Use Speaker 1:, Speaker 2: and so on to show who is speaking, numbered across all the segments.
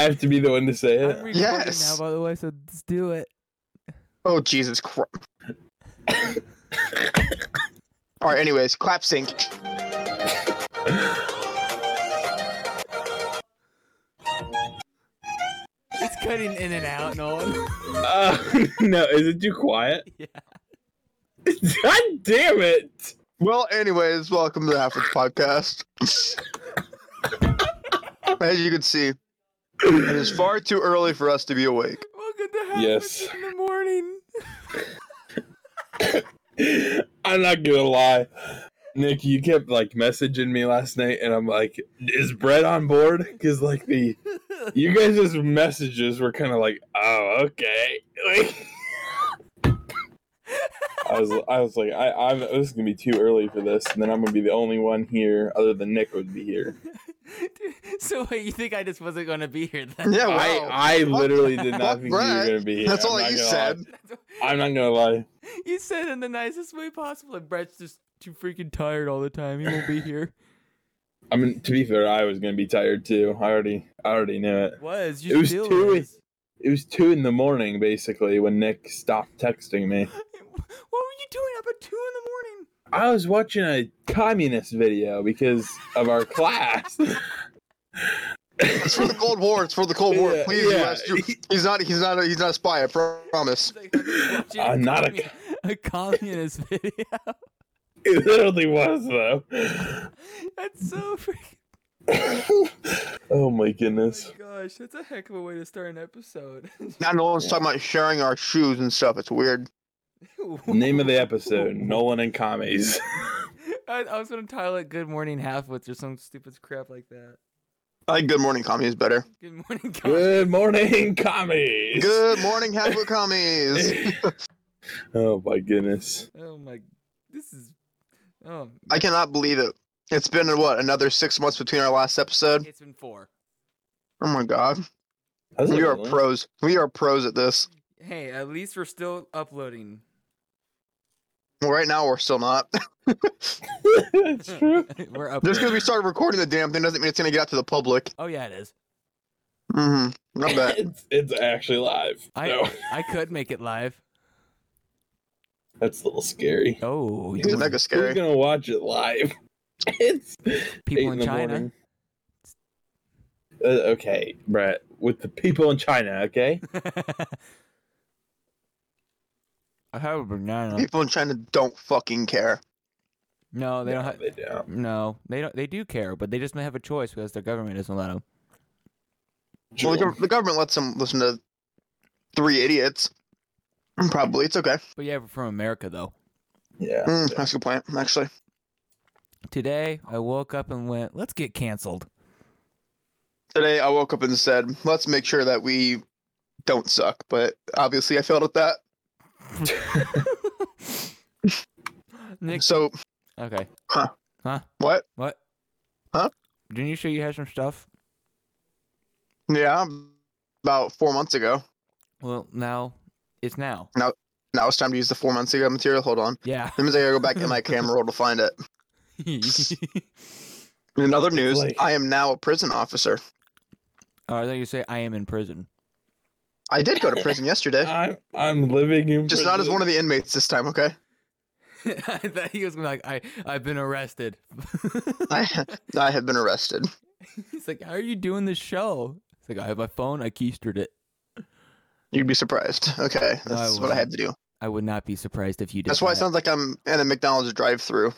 Speaker 1: I have to be the one to say
Speaker 2: I'm
Speaker 1: it.
Speaker 2: recording
Speaker 3: Yes.
Speaker 2: now, by the way, so let's do it.
Speaker 3: Oh Jesus Christ! All right. Anyways, clap sync.
Speaker 2: It's cutting in and out, Nolan.
Speaker 1: Uh, no, is it too quiet?
Speaker 2: yeah.
Speaker 1: God damn it!
Speaker 3: Well, anyways, welcome to the Halfway Podcast. As you can see, it is far too early for us to be awake.
Speaker 2: Welcome to Half
Speaker 1: Yes.
Speaker 2: Witch in the morning.
Speaker 1: I'm not gonna lie. Nick, you kept like messaging me last night, and I'm like, "Is Brett on board?" Because like the you guys' messages were kind of like, "Oh, okay." Like, I was, I was like, I, I'm this is gonna be too early for this, and then I'm gonna be the only one here, other than Nick would be here.
Speaker 2: Dude, so wait, you think I just wasn't gonna be here then?
Speaker 3: Yeah, wow.
Speaker 1: I, I literally did not
Speaker 3: What,
Speaker 1: think you were
Speaker 3: Brett?
Speaker 1: gonna be here.
Speaker 3: That's
Speaker 1: I'm
Speaker 3: all
Speaker 1: not
Speaker 3: you
Speaker 1: gonna
Speaker 3: said.
Speaker 1: lie.
Speaker 2: That's what-
Speaker 1: I'm not gonna lie.
Speaker 2: you said in the nicest way possible, and Brett's just too freaking tired all the time. He won't be here.
Speaker 1: I mean, to be fair, I was gonna be tired too. I already, I already knew it.
Speaker 2: Was
Speaker 1: It
Speaker 2: you
Speaker 1: was
Speaker 2: still
Speaker 1: too-
Speaker 2: is.
Speaker 1: It was two in the morning, basically, when Nick stopped texting me.
Speaker 2: What were you doing up at two in the morning?
Speaker 1: I was watching a communist video because of our class.
Speaker 3: It's for the Cold War. It's for the Cold War.
Speaker 1: Yeah,
Speaker 3: Please,
Speaker 1: yeah.
Speaker 3: US, you- He's not. He's not. A, he's not a spy. I promise.
Speaker 2: It's like, I'm just watching
Speaker 1: I'm not a
Speaker 2: commun- a communist video.
Speaker 1: It literally was, though.
Speaker 2: That's so freaking.
Speaker 1: oh my
Speaker 2: Oh
Speaker 1: goodness.
Speaker 2: my gosh, that's a heck of a way to start an episode.
Speaker 3: Now no one's talking about sharing our shoes and stuff. It's weird.
Speaker 1: Name of the episode Nolan and Commies.
Speaker 2: I, I was gonna title it "Good Morning Halfwits" or some stupid crap like that.
Speaker 3: I think Good Morning Commie is better.
Speaker 2: Good morning, God.
Speaker 1: Good morning, commies.
Speaker 3: Good morning, Halfway Commies.
Speaker 1: oh my goodness.
Speaker 2: Oh my, this is. Oh,
Speaker 3: I cannot believe it. It's been what another six months between our last episode.
Speaker 2: it's been four.
Speaker 3: Oh my god,
Speaker 1: How's it
Speaker 3: we are
Speaker 1: going?
Speaker 3: pros. We are pros at this.
Speaker 2: Hey, at least we're still uploading.
Speaker 3: Well, right now we're still not.
Speaker 1: That's true.
Speaker 2: we're uploading.
Speaker 3: Just because we started recording the damn thing doesn't mean it's gonna get out to the public.
Speaker 2: Oh yeah, it is.
Speaker 3: Mm-hmm. I bet.
Speaker 1: It's, it's actually live.
Speaker 2: I
Speaker 1: so
Speaker 2: I could make it live.
Speaker 1: that's a little scary.
Speaker 2: Oh, you
Speaker 3: Dude,
Speaker 2: wouldn't.
Speaker 3: that
Speaker 1: Who's
Speaker 3: goes scary.
Speaker 1: gonna watch it live? It's
Speaker 2: people
Speaker 1: eight
Speaker 2: in
Speaker 1: the
Speaker 2: China.
Speaker 1: morning. Uh, okay, Brett, with the people in China, okay?
Speaker 2: I have a banana.
Speaker 3: People in China don't fucking care.
Speaker 2: No, they don't.
Speaker 1: No,
Speaker 2: have.
Speaker 1: they don't.
Speaker 2: No, they don't. They do care, but they just may have a choice because their government doesn't let them.
Speaker 3: Well, the,
Speaker 1: True.
Speaker 3: gov- the government lets them listen to three idiots. Mm, Probably it's okay.
Speaker 2: But yeah, we're from America though.
Speaker 1: Yeah.
Speaker 3: Mm, that's a good point, actually.
Speaker 2: Today I woke up and went, "Let's get canceled."
Speaker 3: Today I woke up and said, "Let's make sure that we don't suck," but obviously I failed at that.
Speaker 2: Nick,
Speaker 3: So
Speaker 2: okay,
Speaker 3: what?
Speaker 2: what?
Speaker 3: Huh?
Speaker 2: Didn't you say you had some stuff?
Speaker 3: Yeah, about four months ago.
Speaker 2: Well, now it's now.
Speaker 3: Now it's time to use the four months ago material. Hold on.
Speaker 2: Yeah.
Speaker 3: Let me say I go back in my camera roll to find it. In other news,
Speaker 1: Like-
Speaker 3: I am now a prison officer.
Speaker 2: Oh, I thought you say I am in prison.
Speaker 3: I did go to prison yesterday,
Speaker 1: I'm I'm living in
Speaker 3: just not as one of the inmates this time. Okay.
Speaker 2: I thought he was gonna be like, I I've been arrested.
Speaker 3: I I have been arrested.
Speaker 2: He's like, how are you doing this show? It's like I have my phone. I keistered it.
Speaker 3: You'd be surprised. Okay,
Speaker 2: No, I
Speaker 3: that's what I had to do.
Speaker 2: I would not be surprised if you did.
Speaker 3: That's why it
Speaker 2: that.
Speaker 3: sounds like I'm in a McDonald's drive-through.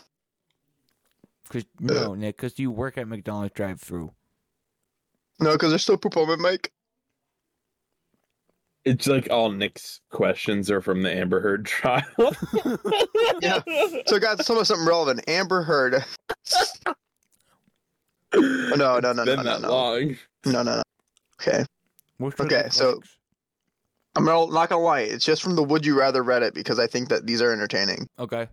Speaker 2: Cause no, Nick, because you work at McDonald's drive-through.
Speaker 3: No, because there's still poop on my mic.
Speaker 1: It's like all Nick's questions are from the Amber Heard trial.
Speaker 3: Yeah. So, guys, let's talk about something relevant. Amber Heard.
Speaker 1: no,
Speaker 3: no, no, no,
Speaker 1: been
Speaker 3: no,
Speaker 1: that
Speaker 3: no.
Speaker 1: long.
Speaker 3: No, no, no. Okay,
Speaker 2: What's with
Speaker 3: Okay,
Speaker 2: the
Speaker 3: so-
Speaker 2: flags?
Speaker 3: I'm not not gonna lie. It's just from the Would You Rather Reddit because I think that these are entertaining.
Speaker 2: okay,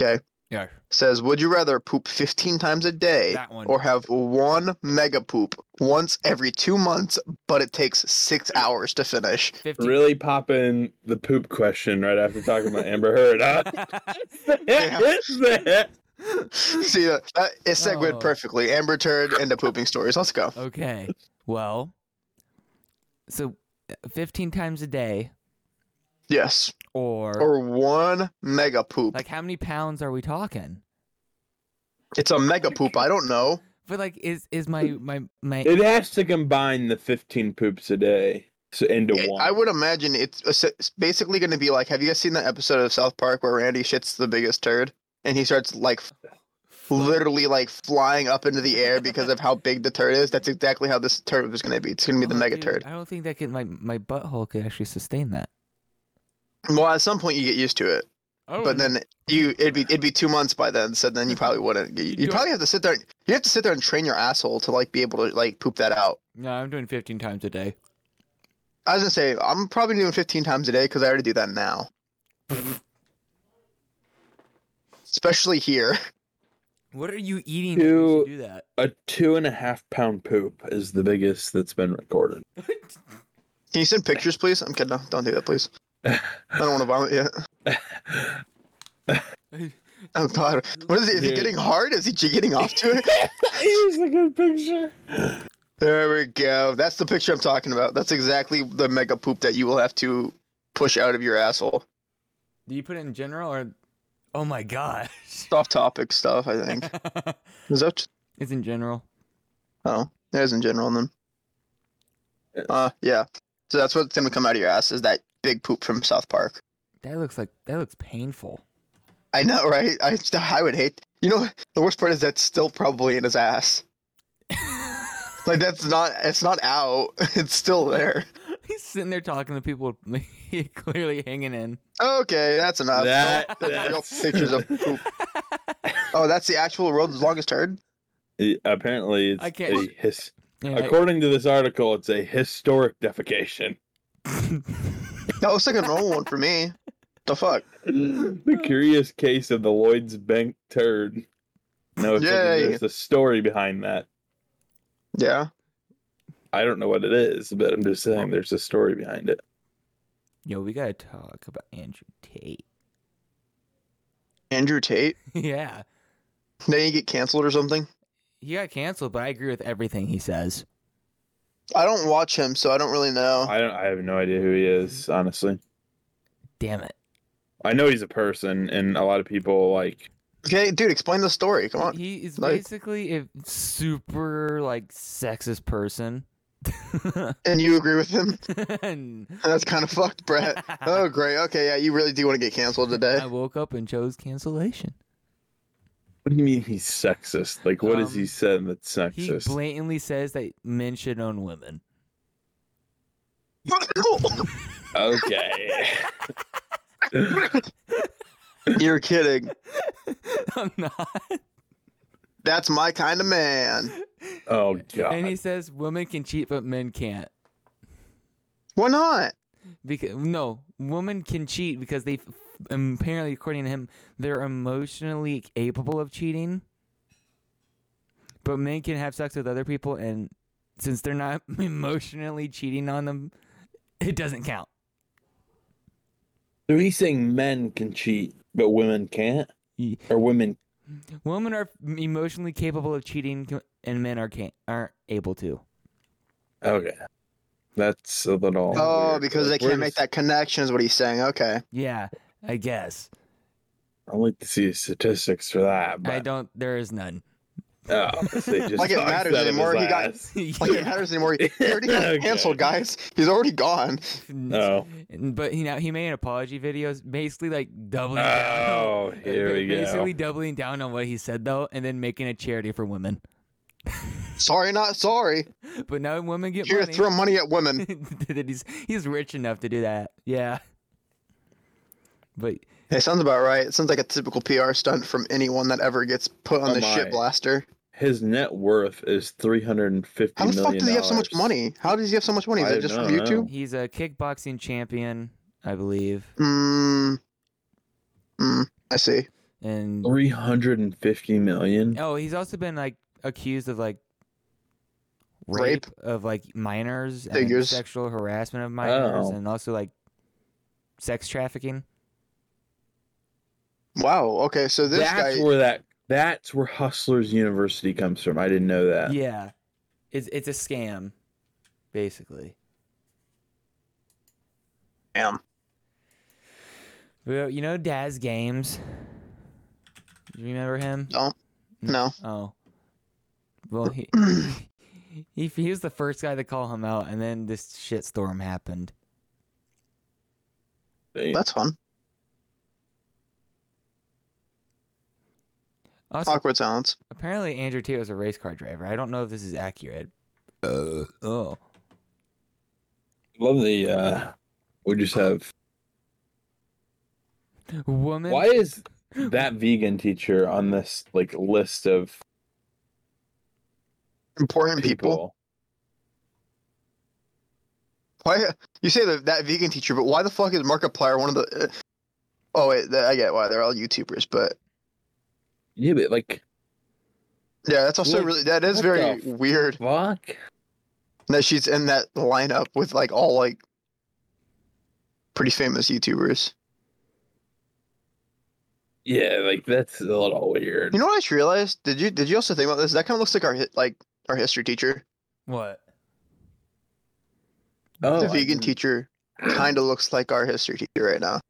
Speaker 3: Okay.
Speaker 2: yeah,
Speaker 3: says, "Would you rather poop 15 times a day
Speaker 2: that one.
Speaker 3: or have one mega poop once every 2 months, but it takes 6 hours to finish?"
Speaker 2: 50.
Speaker 1: Really popping the poop question right after talking about Amber Heard, huh?
Speaker 3: See, that, that it segued
Speaker 2: Oh.
Speaker 3: perfectly. Amber turned into pooping stories. Let's go.
Speaker 2: okay, well, so uh, 15 times a day
Speaker 3: Yes.
Speaker 2: or,
Speaker 3: Or one mega poop.
Speaker 2: like how many pounds are we talking?
Speaker 3: it's a mega poop. I don't know.
Speaker 2: But like is is my my my
Speaker 1: It has to combine the 15 poops a day so into
Speaker 3: It-
Speaker 1: one.
Speaker 3: I would imagine it's uh, it's basically going to be like. Have you guys seen that episode of South Park where Randy shits the biggest turd and he starts like f- literally like flying up into the air because of how big the turd is? That's exactly how this turd was going to be. It's going to be the
Speaker 2: Oh,
Speaker 3: mega
Speaker 2: dude,
Speaker 3: turd.
Speaker 2: I don't think that could my my butthole could actually sustain that.
Speaker 3: Well, at some point you get used to it,
Speaker 2: Oh,
Speaker 3: but then you it'd be it'd be two months by then. So then you probably wouldn't. You,
Speaker 2: You
Speaker 3: you
Speaker 2: do-
Speaker 3: probably have to sit there. You have to sit there and train your asshole to like be able to like poop that out.
Speaker 2: no, I'm doing 15 times a day.
Speaker 3: I was gonna say I'm probably doing 15 times a day because I already do that now. Especially here.
Speaker 2: What are you eating that makes you do that?
Speaker 1: a two and a half pound poop is the biggest that's been recorded.
Speaker 3: Can you send pictures, please? I'm kidding. No, don't do that, please. I don't want to vomit yet. Oh God, what is it? Is he
Speaker 1: Dude.
Speaker 3: getting hard? Is he j- getting off to it?
Speaker 1: Here's a good picture.
Speaker 3: there we go. That's the picture I'm talking about. That's exactly the mega poop that you will have to push out of your asshole.
Speaker 2: Do you put it in general or? Oh my gosh!
Speaker 3: It's off topic stuff, I think. Is that?
Speaker 2: it's in general.
Speaker 3: Oh, there's in general then. Uh, yeah. So that's what's gonna come out of your ass is that big poop from South Park.
Speaker 2: That looks like that looks painful.
Speaker 3: I know, right? I, I would hate. You know, the worst part is that's still probably in his ass. Like that's not. It's not out. It's still there.
Speaker 2: He's sitting there talking to people, he clearly hanging in.
Speaker 3: Okay, that's enough.
Speaker 1: That,
Speaker 3: Don't reveal
Speaker 1: that's-
Speaker 3: pictures of poop. Oh, that's the actual road's longest turd.
Speaker 1: It- E, apparently, it's
Speaker 2: I can't-
Speaker 1: a his,
Speaker 2: Yeah, I-
Speaker 1: according to this article, it's a historic defecation.
Speaker 3: That looks like a normal one for me. The fuck?
Speaker 1: the curious case of the Lloyd's Bank turd. No, it's like
Speaker 3: Yay.
Speaker 1: there's a story behind that.
Speaker 3: Yeah.
Speaker 1: I don't know what it is, but I'm just saying there's a story behind it.
Speaker 2: Yo, we gotta talk about Andrew Tate.
Speaker 3: Andrew Tate.
Speaker 2: yeah,
Speaker 3: Then you get canceled or something.
Speaker 2: he got canceled, but I agree with everything he says.
Speaker 3: I don't watch him, so I don't really know.
Speaker 1: I don't. I have no idea who he is, honestly.
Speaker 2: Damn it!
Speaker 1: I know he's a person, and a lot of people like.
Speaker 3: Okay, dude, explain the story. Come on.
Speaker 2: He is
Speaker 3: like-
Speaker 2: basically a super like sexist person.
Speaker 3: And you agree with him?
Speaker 2: And
Speaker 3: That's kind of fucked, Brett. Oh, great. Okay, yeah, you really do want to get canceled today.
Speaker 2: I woke up and chose cancellation.
Speaker 1: What do you mean he's sexist? Like, what has
Speaker 2: Um,
Speaker 1: he said that's
Speaker 2: He
Speaker 1: sexist?
Speaker 2: blatantly says that men should own women.
Speaker 1: okay.
Speaker 3: You're kidding.
Speaker 2: I'm not.
Speaker 3: That's my kind of man.
Speaker 1: oh god.
Speaker 2: And he says women can cheat, but men can't.
Speaker 3: Why not?
Speaker 2: Because no, women can cheat because they f- um, apparently, according to him, they're emotionally capable of cheating. But men can have sex with other people, and since they're not emotionally cheating on them, it doesn't count.
Speaker 1: So he's saying men can cheat, but women can't,
Speaker 2: Ye-
Speaker 1: or women.
Speaker 2: Women are emotionally capable of cheating, c- and men are can't, aren't able to.
Speaker 1: Okay, that's a little.
Speaker 3: Oh,
Speaker 1: weird.
Speaker 3: because they
Speaker 1: Like,
Speaker 3: can't
Speaker 1: where's-
Speaker 3: make that connection, is what he's saying. Okay.
Speaker 2: Yeah, I guess.
Speaker 1: I'd like to see statistics for that. But
Speaker 2: I don't. There is none.
Speaker 1: Oh, so he just
Speaker 3: Like, it
Speaker 1: talks
Speaker 3: matters
Speaker 1: out of
Speaker 3: anymore.
Speaker 1: his
Speaker 3: He got-
Speaker 1: ass.
Speaker 3: Like, it matters anymore. He already got
Speaker 1: Okay.
Speaker 3: canceled, guys. He's already gone.
Speaker 1: Oh.
Speaker 2: And- But you know, he made an apology video, basically like doubling down. on-
Speaker 1: Oh, here
Speaker 2: ba-
Speaker 1: we go.
Speaker 2: Basically doubling down on what he said though, and then making a charity for women.
Speaker 3: Sorry, not sorry.
Speaker 2: But now women get
Speaker 3: Here,
Speaker 2: money.
Speaker 3: throw money at women.
Speaker 2: that he's he's rich enough to do that. Yeah. But
Speaker 3: It sounds about right. It sounds like a typical PR stunt from anyone that ever gets put on
Speaker 1: Oh
Speaker 3: the
Speaker 1: my.
Speaker 3: shit blaster.
Speaker 1: His net worth is three hundred and fifty
Speaker 3: How the
Speaker 1: million.
Speaker 3: fuck does he have so much
Speaker 1: dollars.
Speaker 3: money? How does he have so much money? Is
Speaker 1: I
Speaker 3: it just from
Speaker 1: don't know.
Speaker 3: YouTube?
Speaker 2: he's a kickboxing champion, I believe,
Speaker 3: Mm. Mm. I see.
Speaker 2: and
Speaker 1: Three hundred and fifty million.
Speaker 2: oh, he's also been like accused of like
Speaker 3: Rape?
Speaker 2: of like minors and
Speaker 3: Figures.
Speaker 2: sexual harassment of minors,
Speaker 1: Oh.
Speaker 2: and also like sex trafficking.
Speaker 3: Wow. Okay. So this
Speaker 1: that's
Speaker 3: guy.
Speaker 1: where that that's where Hustlers University comes from. I didn't know that.
Speaker 2: Yeah. It's it's a scam, basically.
Speaker 3: Damn.
Speaker 2: Well, You know Daz Games? Do you remember him?
Speaker 3: No.
Speaker 2: Oh. Well, he, he he was the first guy to call him out, and then this shitstorm happened.
Speaker 1: Damn.
Speaker 3: That's fun.
Speaker 2: Also,
Speaker 3: Awkward silence.
Speaker 2: apparently Andrew Tate was a race car driver. I don't know if this is accurate. Uh, oh.
Speaker 1: Love the. uh We just have.
Speaker 2: Woman.
Speaker 1: Why is that vegan teacher on this like list of
Speaker 3: Important people.
Speaker 1: people?
Speaker 3: Why you say that that vegan teacher? But why the fuck is Markiplier one of the? Uh, oh wait, th- I get why they're all YouTubers, but
Speaker 1: Yeah, but like,
Speaker 3: yeah, that's also
Speaker 1: Like,
Speaker 3: really that is
Speaker 1: what
Speaker 3: very
Speaker 1: the
Speaker 3: weird
Speaker 1: fuck.
Speaker 3: that she's in that lineup with like all like pretty famous YouTubers.
Speaker 1: Yeah, like that's a little weird.
Speaker 3: You know what I just realized? Did you did you also think about this? That kind of looks like our hi- like our history teacher.
Speaker 2: What?
Speaker 1: Oh,
Speaker 3: the
Speaker 1: I
Speaker 3: vegan
Speaker 1: didn't-
Speaker 3: teacher kind of looks like our history teacher right now.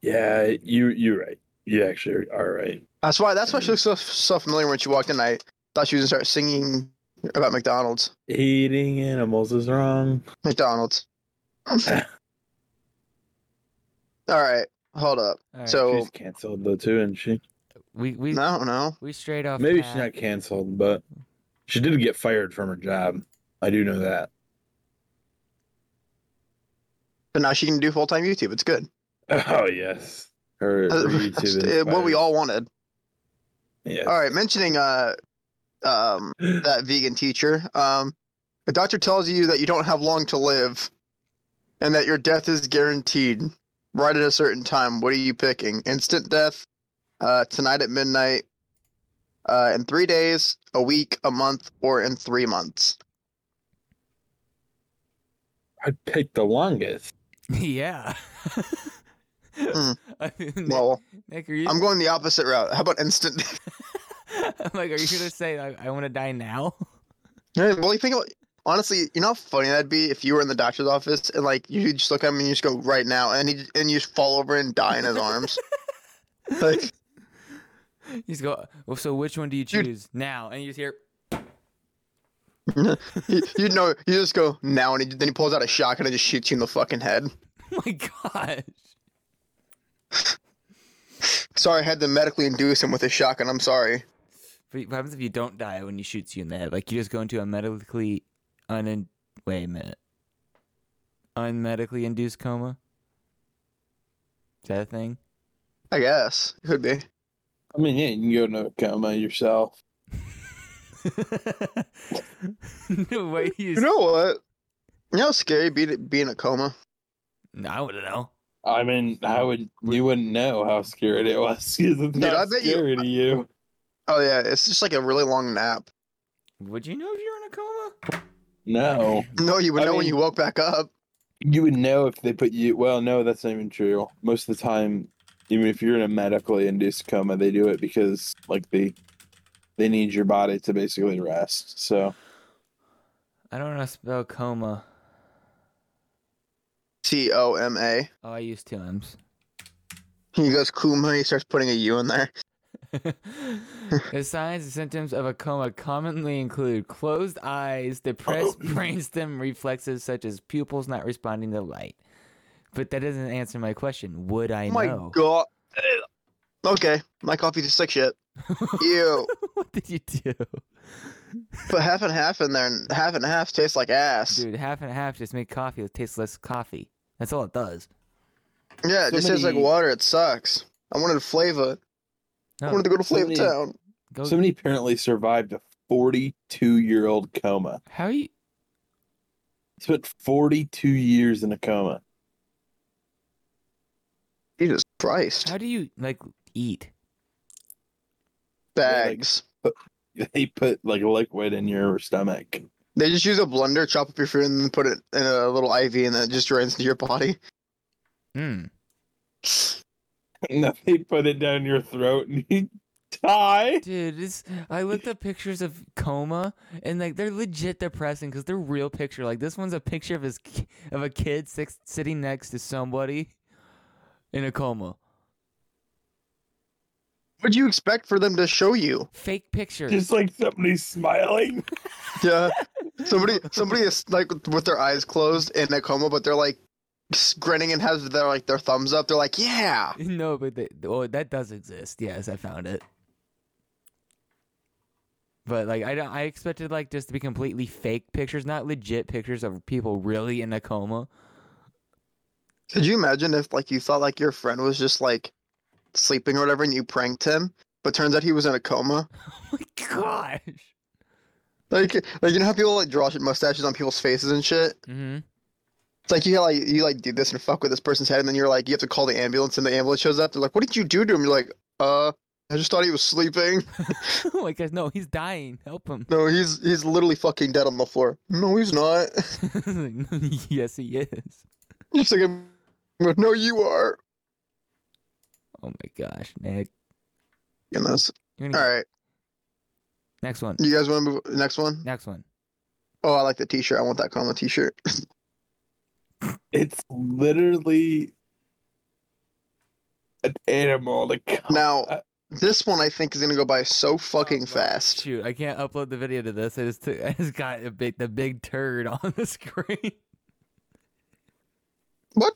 Speaker 1: Yeah, you you're right. You actually are right.
Speaker 3: That's why that's why she looks so so familiar when she walked in. I thought she was gonna start singing about McDonald's.
Speaker 1: Eating animals is wrong.
Speaker 3: McDonald's. All right, hold up.
Speaker 2: All right,
Speaker 3: So
Speaker 1: She's canceled though too, and she
Speaker 2: we we
Speaker 3: I don't know.
Speaker 2: we straight off.
Speaker 1: maybe
Speaker 2: path.
Speaker 1: she's not canceled, but she did get fired from her job. I do know that.
Speaker 3: But now she can do full time YouTube. It's good.
Speaker 1: Oh yes, her, her YouTube
Speaker 3: It's,
Speaker 1: is
Speaker 3: uh, what we
Speaker 1: fired.
Speaker 3: all wanted.
Speaker 1: Yes.
Speaker 3: All right, mentioning uh, um, that vegan teacher. Um, the doctor tells you that you don't have long to live, and that your death is guaranteed. Right at a certain time. What are you picking? Instant death, uh, tonight at midnight, uh, in three days, a week, a month, or in three months.
Speaker 1: I'd pick the longest.
Speaker 2: yeah. I mean, Nick-
Speaker 3: Hmm. Well,
Speaker 2: Nick, are you?
Speaker 3: I'm going the opposite route. How about instant? death?
Speaker 2: I'm like, are you gonna say like, I want to die now?
Speaker 3: Yeah, well, you think about honestly, you know how funny that'd be if you were in the doctor's office and like you just look at him and you just go right now, and he and you just fall over and die in his arms. Like,
Speaker 2: He's go. Well, so which one do you
Speaker 3: Dude.
Speaker 2: choose now? And you just hear.
Speaker 3: you, you know, you just go now, and he, then he pulls out a shotgun and just shoots you in the fucking head.
Speaker 2: "Oh my gosh.
Speaker 3: Sorry, I had to medically induce him with a shotgun. I'm sorry.
Speaker 2: But what happens if you don't die when he shoots you in the head? Like you just go into a medically un wait a minute. Unmedically induced coma? Is that a thing?
Speaker 3: I guess could be.
Speaker 1: I mean, yeah, you can go to coma yourself.
Speaker 2: no way you
Speaker 3: You know what? You know, how scary be to be in a coma.
Speaker 2: No, I wouldn't know.
Speaker 1: I mean, I would. You wouldn't know how scared it was. 'cause It's
Speaker 3: I
Speaker 1: not
Speaker 3: bet you-
Speaker 1: scary to you.
Speaker 3: Oh yeah, it's just like a really long nap.
Speaker 2: Would you know if you're in a coma?
Speaker 1: No.
Speaker 3: No, you would
Speaker 1: I
Speaker 3: know when
Speaker 1: mean-
Speaker 3: you woke back up.
Speaker 1: you would know if they put you well no that's not even true most of the time even if you're in a medically induced coma they do it because like they they need your body to basically rest so
Speaker 2: I don't know how to spell coma.
Speaker 3: T O M A.
Speaker 2: Oh, I use two M's.
Speaker 3: He goes Kuma. He starts putting a U in there.
Speaker 2: the signs and symptoms of a coma commonly include closed eyes, depressed
Speaker 3: Oh.
Speaker 2: brainstem reflexes such as pupils not responding to light. But that doesn't answer my question. Would I
Speaker 3: Oh my
Speaker 2: know?
Speaker 3: god. Okay, my coffee tastes like shit. Ew.
Speaker 2: what did you do?
Speaker 3: Put half and half in there, and half and half tastes like ass.
Speaker 2: Dude, half and half just make coffee that tastes less coffee. That's all it does.
Speaker 3: yeah, it just tastes like
Speaker 1: Somebody-
Speaker 3: water. It sucks. I wanted Flava. I
Speaker 2: No,
Speaker 3: wanted to go to
Speaker 1: somebody-
Speaker 3: Flava Town.
Speaker 2: go,
Speaker 1: somebody apparently survived a 42 year old coma
Speaker 2: how are you?
Speaker 1: spent 42 years in a coma
Speaker 3: Jesus Christ.
Speaker 2: How do you like eat?
Speaker 3: Bags.
Speaker 1: they put like liquid in your stomach
Speaker 3: They just use a blender, chop up your food, and then put it in a little IV, and then it just drains into your body.
Speaker 2: Mm.
Speaker 1: and then they put it down your throat and you tie.
Speaker 2: Dude, this, I looked up pictures of coma, and like they're legit depressing because they're real picture. Like this one's a picture of his ki- of a kid six, sitting next to somebody in a coma.
Speaker 3: What do you expect for them to show you?
Speaker 2: Fake picture.
Speaker 1: Just like somebody smiling.
Speaker 3: Yeah, somebody somebody is like with their eyes closed in a coma, but they're like grinning and has their like their thumbs up. They're like, yeah.
Speaker 2: no, but they, oh, that does exist. Yes, I found it. But like I don't, I expected like just to be completely fake pictures, not legit pictures of people really in a coma.
Speaker 3: Could you imagine if like you thought like your friend was just like sleeping or whatever, and you pranked him, but turns out he was in a coma?
Speaker 2: Oh my gosh.
Speaker 3: Like, like you know how people like draw mustaches on people's faces and shit.
Speaker 2: Mm-hmm.
Speaker 3: It's like you like you like do this and fuck with this person's head, and then you're like you have to call the ambulance, and the ambulance shows up. They're like, "What did you do to him?" You're like, "Uh, I just thought he was sleeping."
Speaker 2: oh my gosh, no, he's dying. Help him.
Speaker 3: No, he's he's literally fucking dead on the floor. No, he's not.
Speaker 2: yes, he is.
Speaker 3: It's like, I'm like, no, you are.
Speaker 2: Oh my gosh, Nick.
Speaker 3: You know, it's-
Speaker 2: You're
Speaker 3: all
Speaker 2: gonna
Speaker 3: right,
Speaker 2: Next one.
Speaker 3: you guys want to move next one?
Speaker 2: Next one.
Speaker 3: Oh, I like the T-shirt. I want that coma T-shirt.
Speaker 1: It's literally an animal. To come.
Speaker 3: Now, this one I think is gonna go by so fucking fast.
Speaker 2: Shoot, I can't upload the video to this. I just took, I just got a big the big turd on the screen.
Speaker 3: What?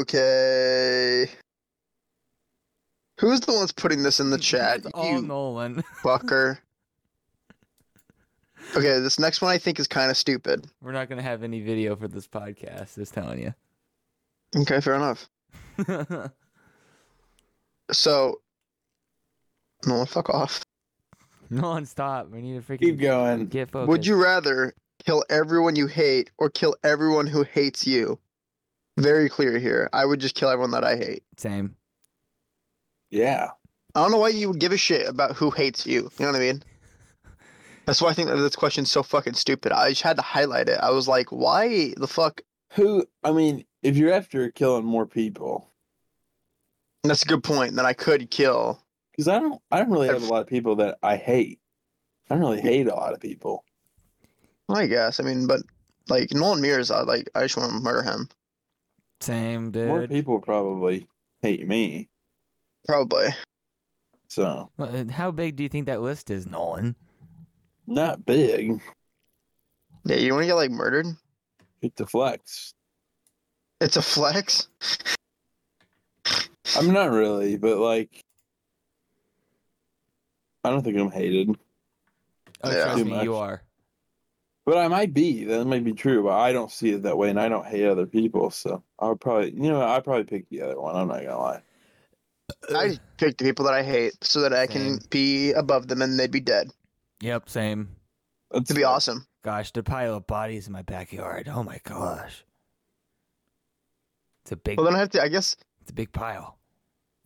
Speaker 3: Okay. Who's the one that's putting this in the chat?
Speaker 2: That's all
Speaker 3: You
Speaker 2: Nolan.
Speaker 3: fucker. Okay, this next one I think is kind of stupid.
Speaker 2: We're not gonna have any video for this podcast. Just telling you.
Speaker 3: Okay, fair enough. So, no, fuck off.
Speaker 2: Nolan, stop. We need to freaking
Speaker 1: keep going.
Speaker 2: get focused.
Speaker 3: Would you rather kill everyone you hate or kill everyone who hates you? Very clear here. I would just kill everyone that I hate.
Speaker 2: Same.
Speaker 1: Yeah.
Speaker 3: I don't know why you would give a shit about who hates you. You know what I mean? That's why I think that this question's so fucking stupid. I just had to highlight it. I was like, why the fuck?
Speaker 1: Who? I mean, if you're after killing more people,
Speaker 3: And that's a good point. Then I could kill.
Speaker 1: because I don't, I don't really have a lot of people that I hate. I don't really hate a lot of people.
Speaker 3: I guess. I mean, but like Nolan Mears, I like. I just want to murder him.
Speaker 2: Same,
Speaker 1: More
Speaker 2: dude.
Speaker 1: people probably hate me.
Speaker 3: Probably.
Speaker 1: So
Speaker 2: Uh, How big do you think that list is, Nolan?
Speaker 1: not big.
Speaker 3: Yeah. You want to get like murdered?
Speaker 1: It deflects.
Speaker 3: It's a flex.
Speaker 1: I'm not really, but like, I don't think I'm hated.
Speaker 2: Oh,
Speaker 3: Yeah.
Speaker 2: trust
Speaker 1: Too
Speaker 2: me,
Speaker 1: much.
Speaker 2: you are.
Speaker 1: But I might be. That might be true, but I don't see it that way, and I don't hate other people. So I would probably, you know, I probably pick the other one. I'm not gonna lie.
Speaker 3: I just pick the people that I hate so that I can
Speaker 2: Uh, Same.
Speaker 3: be above them and they'd be dead.
Speaker 2: Yep, same.
Speaker 1: That's
Speaker 3: To be awesome.
Speaker 2: Gosh, the pile of bodies in my backyard. Oh my gosh. It's a big
Speaker 3: Well, then I have to. I guess
Speaker 2: it's a big pile.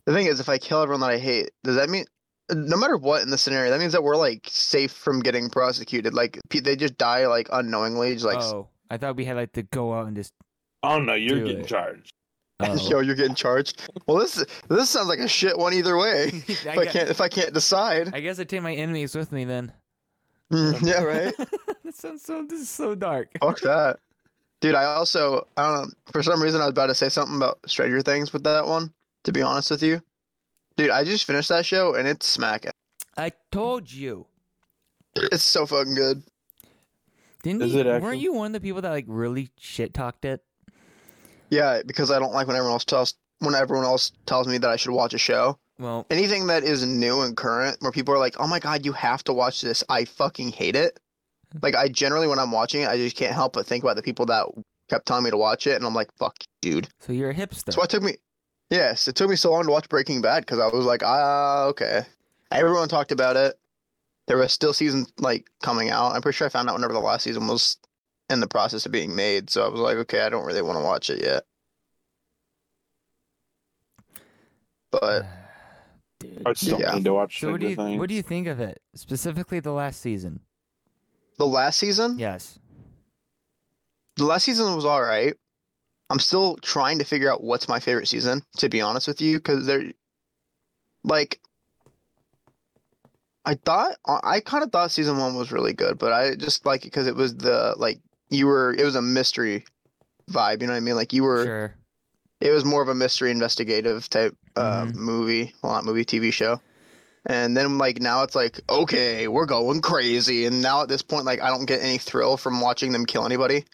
Speaker 3: The thing is, if I kill everyone that I hate, does that mean, no matter what in the scenario, that means that we're like safe from getting prosecuted? Like pe- they just die like unknowingly, just like s-
Speaker 2: oh, I thought we had like to go out and just
Speaker 1: Oh no, you're
Speaker 2: Do
Speaker 1: getting
Speaker 2: it.
Speaker 1: charged.
Speaker 3: yo,
Speaker 2: oh.
Speaker 3: you're getting charged. Well, this this sounds like a shit one either way.
Speaker 2: I,
Speaker 3: If I,
Speaker 2: gu-
Speaker 3: can't if I can't decide,
Speaker 2: I guess I take my enemies with me then.
Speaker 3: Mm, yeah, right.
Speaker 2: that sounds so this is so dark.
Speaker 3: Fuck that, dude. I also I don't know. For some reason, I was about to say something about Stranger Things with that one. To be honest with you, dude, I just finished that show and it's smack.
Speaker 2: I told you.
Speaker 3: It's so fucking good.
Speaker 2: Didn't
Speaker 1: Is
Speaker 2: you,
Speaker 1: it actually-
Speaker 2: weren't you one of the people that like really shit talked it?
Speaker 3: Yeah, because I don't like when everyone else tells when everyone else tells me that I should watch a show.
Speaker 2: Well,
Speaker 3: anything that is new and current where people are like, "Oh my god, you have to watch this." I fucking hate it. Like I generally when I'm watching it, I just can't help but think about the people that kept telling me to watch it and I'm like, "Fuck, dude."
Speaker 2: so you're a hipster.
Speaker 3: That's why it took me Yes, it took me so long to watch Breaking Bad cuz I was like, "Ah, okay." Everyone talked about it. There was still season like coming out. I'm pretty sure I found out whenever the last season was in the process of being made, so I was like, "Okay, I don't really want to watch it yet." But
Speaker 2: Dude.
Speaker 1: I just don't
Speaker 3: Yeah.
Speaker 1: need to watch
Speaker 2: So what do you
Speaker 1: Stranger Things.
Speaker 2: what do you think of it? Specifically the last season.
Speaker 3: the last season?
Speaker 2: Yes.
Speaker 3: the last season was all right. I'm still trying to figure out what's my favorite season, to be honest with you, because they're like I thought I kind of thought season one was really good, but I just like it because it was the like you were it was a mystery vibe. You know what I mean? Like you were
Speaker 2: Sure.
Speaker 3: it was more of a mystery investigative type uh,
Speaker 2: Mhm.
Speaker 3: movie, well not movie TV show. And then like now it's like okay, we're going crazy, and now at this point like I don't get any thrill from watching them kill anybody.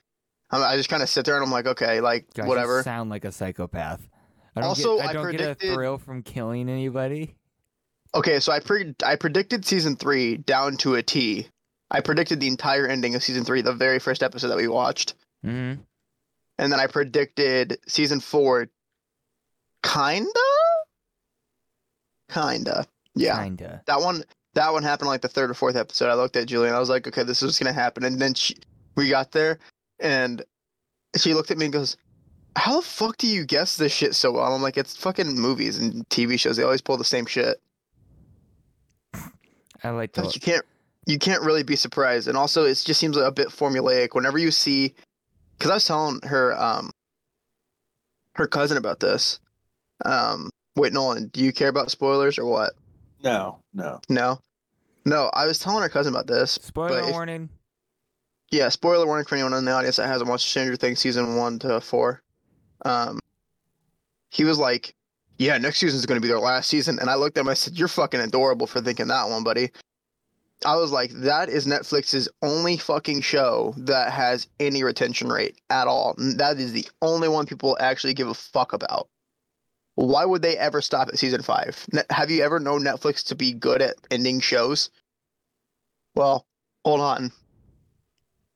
Speaker 3: I, I just kind of sit there and I'm like okay, like
Speaker 2: Gosh, you
Speaker 3: whatever.
Speaker 2: sound like a psychopath. I don't
Speaker 3: Also,
Speaker 2: get, I
Speaker 3: I
Speaker 2: don't get
Speaker 3: predicted-
Speaker 2: a thrill from killing anybody.
Speaker 3: Okay, so I pre I predicted season three down to a T. I predicted the entire ending of season three, the very first episode that we watched,
Speaker 2: hmm
Speaker 3: and then I predicted season four. Kinda, kinda, yeah.
Speaker 2: Kinda.
Speaker 3: That one, that one happened like the third or fourth episode. I looked at Julie and I was like, okay, this is what's gonna happen. And then she, we got there, and she looked at me and goes, "How the fuck do you guess this shit so well?" I'm like, it's fucking movies and TV shows. They always pull the same shit.
Speaker 2: I like
Speaker 3: Like,
Speaker 2: to.
Speaker 3: you can't you can't really be surprised and also it just seems a bit formulaic whenever you see because i was telling her um her cousin about this um wait nolan do you care about spoilers or what
Speaker 1: No, no.
Speaker 3: no no i was telling her cousin about this
Speaker 2: Spoiler
Speaker 3: but if-
Speaker 2: warning.
Speaker 3: yeah spoiler warning for anyone in the audience that hasn't watched stranger things season one to four um he was like yeah next season's going to be their last season and i looked at him i said you're fucking adorable for thinking that one buddy I was like, that is Netflix's only fucking show that has any retention rate at all. N- That is the only one people actually give a fuck about. Why would they ever stop at season five? Ne- Have you ever known Netflix to be good at ending shows? Well, hold on.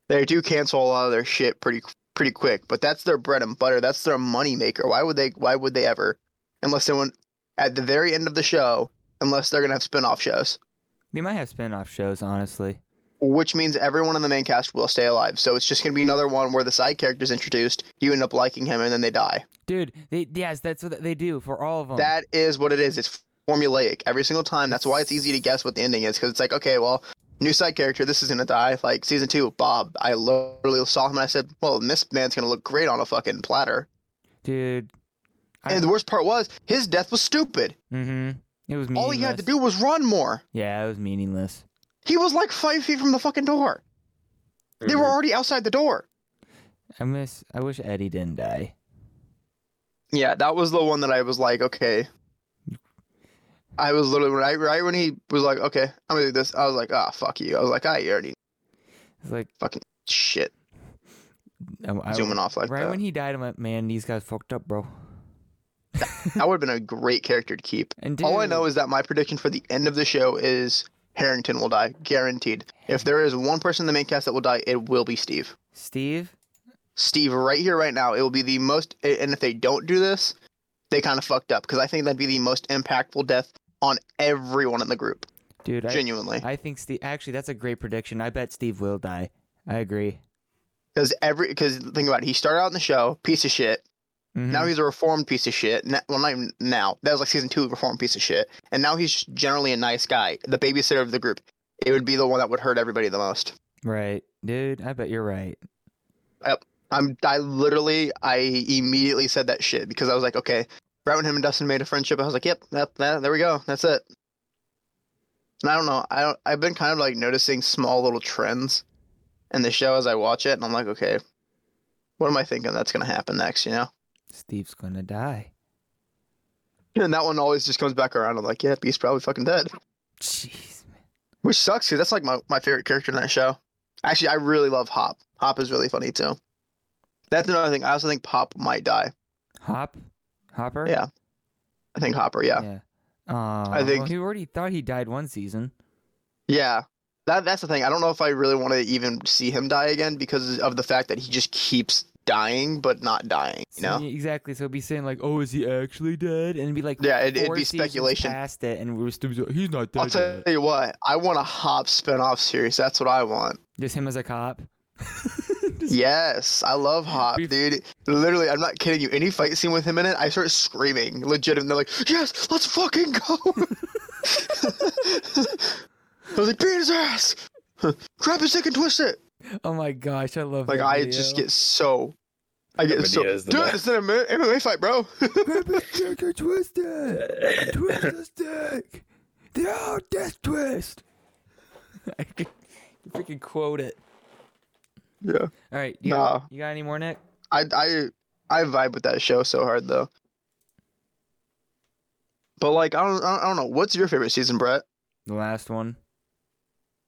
Speaker 3: They do cancel a lot of their shit pretty pretty quick, but that's their bread and butter. That's their money maker. Why would they? Why would they ever? Unless they want at the very end of the show, unless they're gonna have spin off shows
Speaker 2: They might have spin off shows, honestly.
Speaker 3: which means everyone in the main cast will stay alive. So it's just going to be another one where the side character's introduced, you end up liking him, and then they die.
Speaker 2: Dude, they, yes, that's what they do for all of them.
Speaker 3: That is what it is. It's formulaic every single time. That's why it's easy to guess what the ending is because it's like, okay, well, new side character, this is going to die. Like season two, Bob, I literally saw him and I said, well, this man's going to look great on a fucking platter.
Speaker 2: Dude. I-
Speaker 3: And the worst part was his death was stupid.
Speaker 2: Mm-hmm. It was meaningless.
Speaker 3: All he had to do was run more.
Speaker 2: Yeah, it was meaningless.
Speaker 3: He was like five feet from the fucking door. They were already outside the door.
Speaker 2: I miss. I wish Eddie didn't die.
Speaker 3: Yeah, that was the one that I was like, okay. I was literally right, right when he was like, okay, I'm gonna do this. I was like, ah, fuck you. I was like, I already
Speaker 2: It's like
Speaker 3: shit
Speaker 2: I, I,
Speaker 3: zooming off like
Speaker 2: right
Speaker 3: that.
Speaker 2: when he died. I'm like, man, these guys fucked up, bro.
Speaker 3: that would have been a great character to keep.
Speaker 2: And
Speaker 3: All I
Speaker 2: dude,
Speaker 3: know is that my prediction for the end of the show is Harrington will die, guaranteed. If there is one person in the main cast that will die, it will be Steve.
Speaker 2: Steve.
Speaker 3: Steve, right here, right now, it will be the most. And if they don't do this, they kind of fucked up because I think that'd be the most impactful death on everyone in the group.
Speaker 2: Dude, I,
Speaker 3: genuinely.
Speaker 2: I think Steve. Actually, that's a great prediction. I bet Steve will die. I agree.
Speaker 3: Because every because think about it, he started out in the show, piece of shit.
Speaker 2: Mhm.
Speaker 3: Now he's a reformed piece of shit. N- Well, not even now. That was like season two, reformed piece of shit. And now he's just generally a nice guy, the babysitter of the group. It would be the one that would hurt everybody the most.
Speaker 2: right, dude. I bet you're right.
Speaker 3: I'm I literally I immediately said that shit because I was like, okay, right when him and Dustin made a friendship, I was like, yep, that, that there we go, that's it. And I don't know, I don't, I've been kind of like noticing small little trends in the show as I watch it, and I'm like, okay, what am I thinking that's gonna happen next? You know.
Speaker 2: Steve's gonna die.
Speaker 3: And that one always just comes back around. I'm like, yeah, Beast probably fucking dead.
Speaker 2: Jeez, man.
Speaker 3: Which sucks because that's like my, my favorite character in that show. Actually, I really love Hop. Hop is really funny too. That's another thing. I also think Pop might die.
Speaker 2: Hop, Hopper.
Speaker 3: Yeah. I think Hopper, yeah. Yeah.
Speaker 2: Yeah. Aw, well,
Speaker 3: think-
Speaker 2: he already thought he died one season.
Speaker 3: That that's the thing. I don't know if I really want to even see him die again because of the fact that he just keeps dying but not dying, you
Speaker 2: So,
Speaker 3: know?
Speaker 2: yeah, exactly. So it'd be saying like, "Oh, is he actually dead?" And it'd be like,
Speaker 3: Yeah, it, it'd
Speaker 2: four
Speaker 3: be
Speaker 2: seasons
Speaker 3: speculation.
Speaker 2: Past it, and we were still he's not dead.
Speaker 3: I'll tell
Speaker 2: yet."
Speaker 3: you what, I want a Hop spin-off series. That's what I want.
Speaker 2: Just him as a cop.
Speaker 3: Yes, I love Hop,
Speaker 2: We've-
Speaker 3: dude. Literally, I'm not kidding you. Any fight scene with him in it, I start screaming. Legit, and they're like, "Yes, let's fucking go!" I was like, "Beat his ass, grab his dick and twist it."
Speaker 2: Oh my gosh, I love
Speaker 3: Like,
Speaker 2: that
Speaker 3: I
Speaker 2: video.
Speaker 3: just get so I get
Speaker 1: Nobody
Speaker 3: so
Speaker 1: is the
Speaker 3: dude.
Speaker 1: best.
Speaker 3: It's an MMA, MMA fight, bro.
Speaker 2: Grandpa's dick or twist it. Twist his dick. The old death twist. I can freaking quote it.
Speaker 3: yeah,
Speaker 2: All right. You,
Speaker 3: Nah.
Speaker 2: you got any more, Nick?
Speaker 3: I I I vibe with that show so hard though. But like, I don't I don't- I don't know. What's your favorite season, Brett?
Speaker 2: The last one.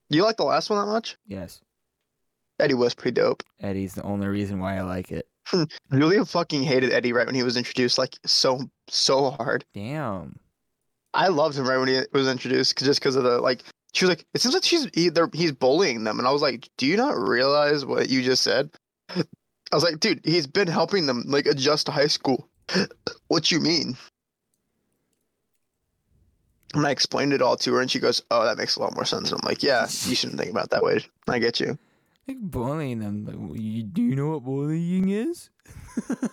Speaker 3: You like the last one that much?
Speaker 2: Yes.
Speaker 3: Eddie was pretty dope.
Speaker 2: Eddie's the only reason why I like it.
Speaker 3: Julia fucking hated Eddie right when he was introduced, like so so hard.
Speaker 2: Damn.
Speaker 3: I loved him right when he was introduced, 'cause- just because of the like. She was like, "It seems like she's he, they're- he's bullying them," and I was like, "Do you not realize what you just said?" I was like, "Dude, he's been helping them like adjust to high school. what you mean?" And I explained it all to her, and she goes, "Oh, that makes a lot more sense." And I'm like, "Yeah, you shouldn't think about it that way. I get you."
Speaker 2: Like bullying them. Like, "Well, you, do you know what bullying is?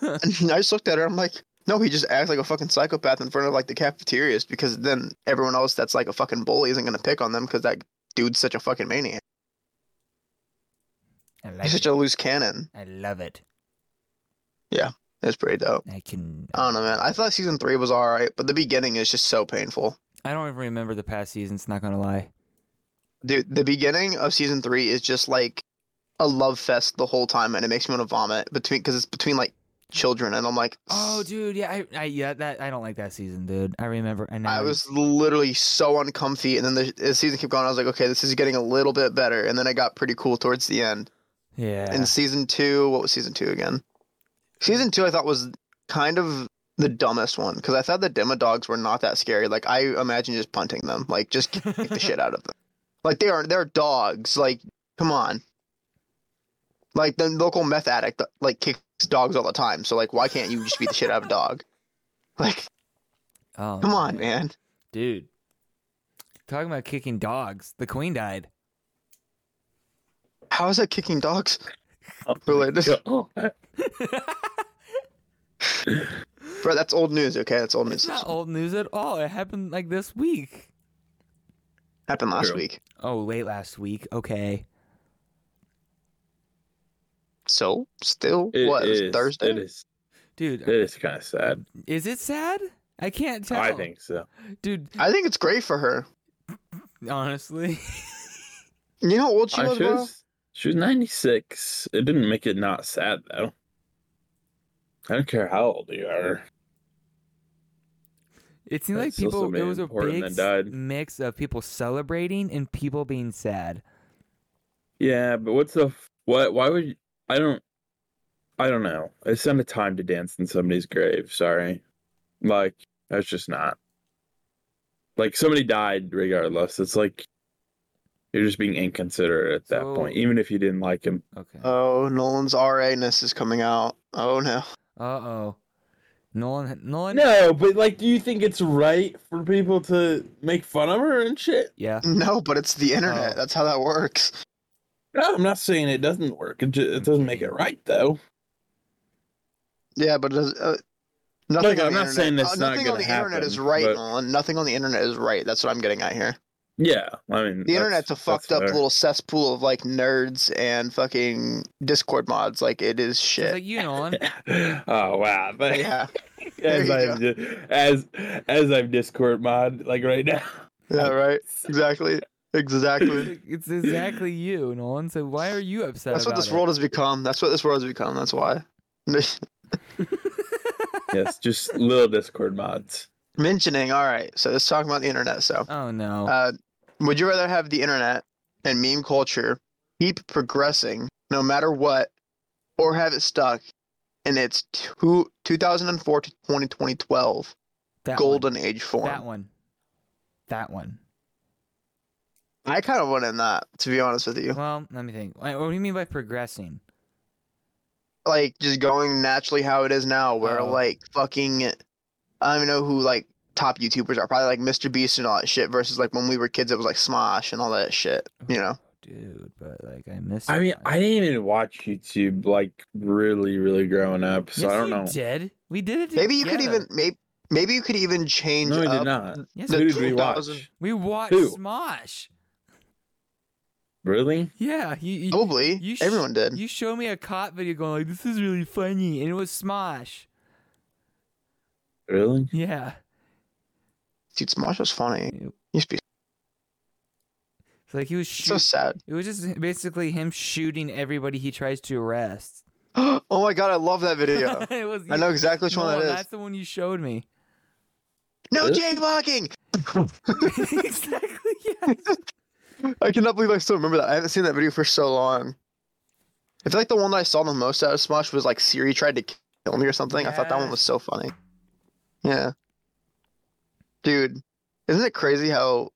Speaker 3: And I just looked at her. I'm like, no, he just acts like a fucking psychopath in front of like the cafeterias because then everyone else that's like a fucking bully isn't gonna pick on them because that dude's such a fucking maniac.
Speaker 2: I
Speaker 3: He's
Speaker 2: like
Speaker 3: such
Speaker 2: it.
Speaker 3: a loose cannon.
Speaker 2: I love it.
Speaker 3: It's pretty dope.
Speaker 2: I can.
Speaker 3: I don't know, man. I thought season three was all right, but the beginning is just so painful.
Speaker 2: I don't even remember the past seasons. Not gonna lie.
Speaker 3: Dude, the beginning of season three is just like a love fest the whole time, and it makes me want to vomit between because it's between like children, and I'm like,
Speaker 2: Oh, dude, yeah, I, I, yeah, that I don't like that season, dude. I remember, and
Speaker 3: I was literally so uncomfy, and then the, the season kept going. I was like, okay, this is getting a little bit better, and then it got pretty cool towards the end.
Speaker 2: yeah,
Speaker 3: And season two, what was season two again? Season two, I thought was kind of the dumbest one because I thought the demo dogs were not that scary. Like I imagine just punting them, like just kick the shit out of them. Like they are they're dogs. Like come on. Like the local meth addict like kicks dogs all the time. So like why can't you just beat the shit out of a dog? Like
Speaker 2: oh,
Speaker 3: come on, man.
Speaker 2: dude. Talking about kicking dogs, the queen died.
Speaker 3: How is that kicking dogs
Speaker 1: Oh my
Speaker 3: related?
Speaker 1: God.
Speaker 3: Bro, that's old news. Okay, that's old
Speaker 2: It's
Speaker 3: news.
Speaker 2: not old news at all. It happened like this week.
Speaker 3: Happened last
Speaker 1: True.
Speaker 3: week.
Speaker 2: Oh, late last week. Okay.
Speaker 3: So still,
Speaker 1: It
Speaker 3: what? It was
Speaker 1: is-
Speaker 3: Thursday.
Speaker 1: It is.
Speaker 2: Dude,
Speaker 1: It is kind of sad.
Speaker 2: is it sad? I can't tell.
Speaker 1: I think so.
Speaker 2: Dude,
Speaker 3: I think it's great for her.
Speaker 2: honestly.
Speaker 3: You know how old she
Speaker 1: I-
Speaker 3: was,
Speaker 1: she,
Speaker 3: bro?
Speaker 1: was, she was 96. It didn't make it not sad, though. I don't care how old you are.
Speaker 2: It seemed like
Speaker 1: That's also
Speaker 2: people. It
Speaker 1: made
Speaker 2: was a
Speaker 1: important that
Speaker 2: big
Speaker 1: died.
Speaker 2: mix of people celebrating and people being sad.
Speaker 1: Yeah, but what's the f- what? Why would you, I don't? I don't know. It's not a time to dance in somebody's grave. Sorry, like that's just not. Like somebody died regardless. It's like you're just being inconsiderate at that point,
Speaker 2: So-
Speaker 1: even if you didn't like him.
Speaker 2: Okay.
Speaker 3: Oh, Nolan's RA-ness is coming out. Oh no.
Speaker 2: Uh oh. Nolan. Nolan.
Speaker 1: No, but like, do you think it's right for people to make fun of her and shit?
Speaker 2: Yeah.
Speaker 3: No, but it's the internet.
Speaker 2: Oh.
Speaker 3: That's how that works.
Speaker 1: No, I'm not saying it doesn't work. It, ju- it doesn't make it right though.
Speaker 3: Yeah, but it does, uh, nothing
Speaker 1: Look,
Speaker 3: on
Speaker 1: I'm
Speaker 3: the
Speaker 1: not
Speaker 3: internet-
Speaker 1: saying that's
Speaker 3: uh,
Speaker 1: not
Speaker 3: nothing on
Speaker 1: gonna
Speaker 3: the internet is
Speaker 1: happen,
Speaker 3: right,
Speaker 1: but-
Speaker 3: Nolan. Nothing on the internet is right. That's what I'm getting at here.
Speaker 1: Yeah, I mean,
Speaker 3: The
Speaker 1: that's-
Speaker 3: internet's a
Speaker 1: that's
Speaker 3: fucked up
Speaker 1: fair.
Speaker 3: little cesspool of like nerds and fucking Discord mods. Like it is
Speaker 2: Just
Speaker 3: shit.
Speaker 2: like you, Nolan.
Speaker 1: oh wow! But-
Speaker 3: yeah.
Speaker 1: as
Speaker 3: There you
Speaker 1: I'm di- as as I'm Discord mod like right now.
Speaker 3: Yeah. Right. Exactly. Exactly.
Speaker 2: it's exactly you, Nolan. So why are you upset?
Speaker 3: That's what
Speaker 2: about
Speaker 3: this
Speaker 2: it?
Speaker 3: world has become. That's what this world has become. That's why.
Speaker 1: yes, just little Discord mods.
Speaker 3: Mentioning. All right. So let's talk about the internet. So.
Speaker 2: Oh no.
Speaker 3: Uh, would you rather have the internet and meme culture keep progressing no matter what, or have it stuck in its two, 2004 to 2012
Speaker 2: that
Speaker 3: golden age
Speaker 2: One. That
Speaker 3: form?
Speaker 2: one. That one.
Speaker 3: I kind of want in that, to be honest with you.
Speaker 2: Well, let me think. Wait, What do you mean by progressing?
Speaker 3: Like, just going naturally how it is now, where
Speaker 2: Oh.
Speaker 3: like fucking, I don't even know who like top YouTubers are, probably like Mr. Beast and all that shit, versus like when we were kids, it was like Smosh and all that shit, you know?
Speaker 2: Dude, but like I missed.
Speaker 1: I mean,
Speaker 2: it.
Speaker 1: I didn't even watch YouTube like really, really growing up, so
Speaker 2: yes,
Speaker 1: I don't
Speaker 2: you
Speaker 1: know.
Speaker 2: Did we did it?
Speaker 3: Maybe you could
Speaker 2: together.
Speaker 3: even, maybe, maybe you could even change
Speaker 1: No, I
Speaker 3: up
Speaker 1: did not.
Speaker 2: Yes,
Speaker 1: Who
Speaker 3: the
Speaker 1: did we
Speaker 3: 2000
Speaker 1: watch?
Speaker 2: we watched
Speaker 1: Who?
Speaker 2: Smosh.
Speaker 1: Really?
Speaker 2: Yeah, you, you,
Speaker 3: Probably.
Speaker 2: you sh-
Speaker 3: Everyone did.
Speaker 2: you show me a cop video going like, "This is really funny," and it was Smosh.
Speaker 1: Really?
Speaker 2: Yeah,
Speaker 3: Dude, Smosh was funny.
Speaker 2: Yep.
Speaker 3: Used to be
Speaker 2: it's like he was
Speaker 3: so
Speaker 2: shoot-
Speaker 3: sad.
Speaker 2: It was just basically him shooting everybody he tries to arrest.
Speaker 3: oh my god, I love that video.
Speaker 2: it was.
Speaker 3: I know exactly which one
Speaker 2: no,
Speaker 3: that is.
Speaker 2: That's the one you showed me.
Speaker 3: No
Speaker 1: Really?
Speaker 3: jaywalking!
Speaker 2: exactly. Yeah.
Speaker 3: I cannot believe I still remember that. I haven't seen that video for so long. I feel like the one that I saw the most out of Smosh was like Siri tried to kill me or something. I thought that one
Speaker 2: Yeah.
Speaker 3: was so funny. Yeah. Dude, isn't it crazy how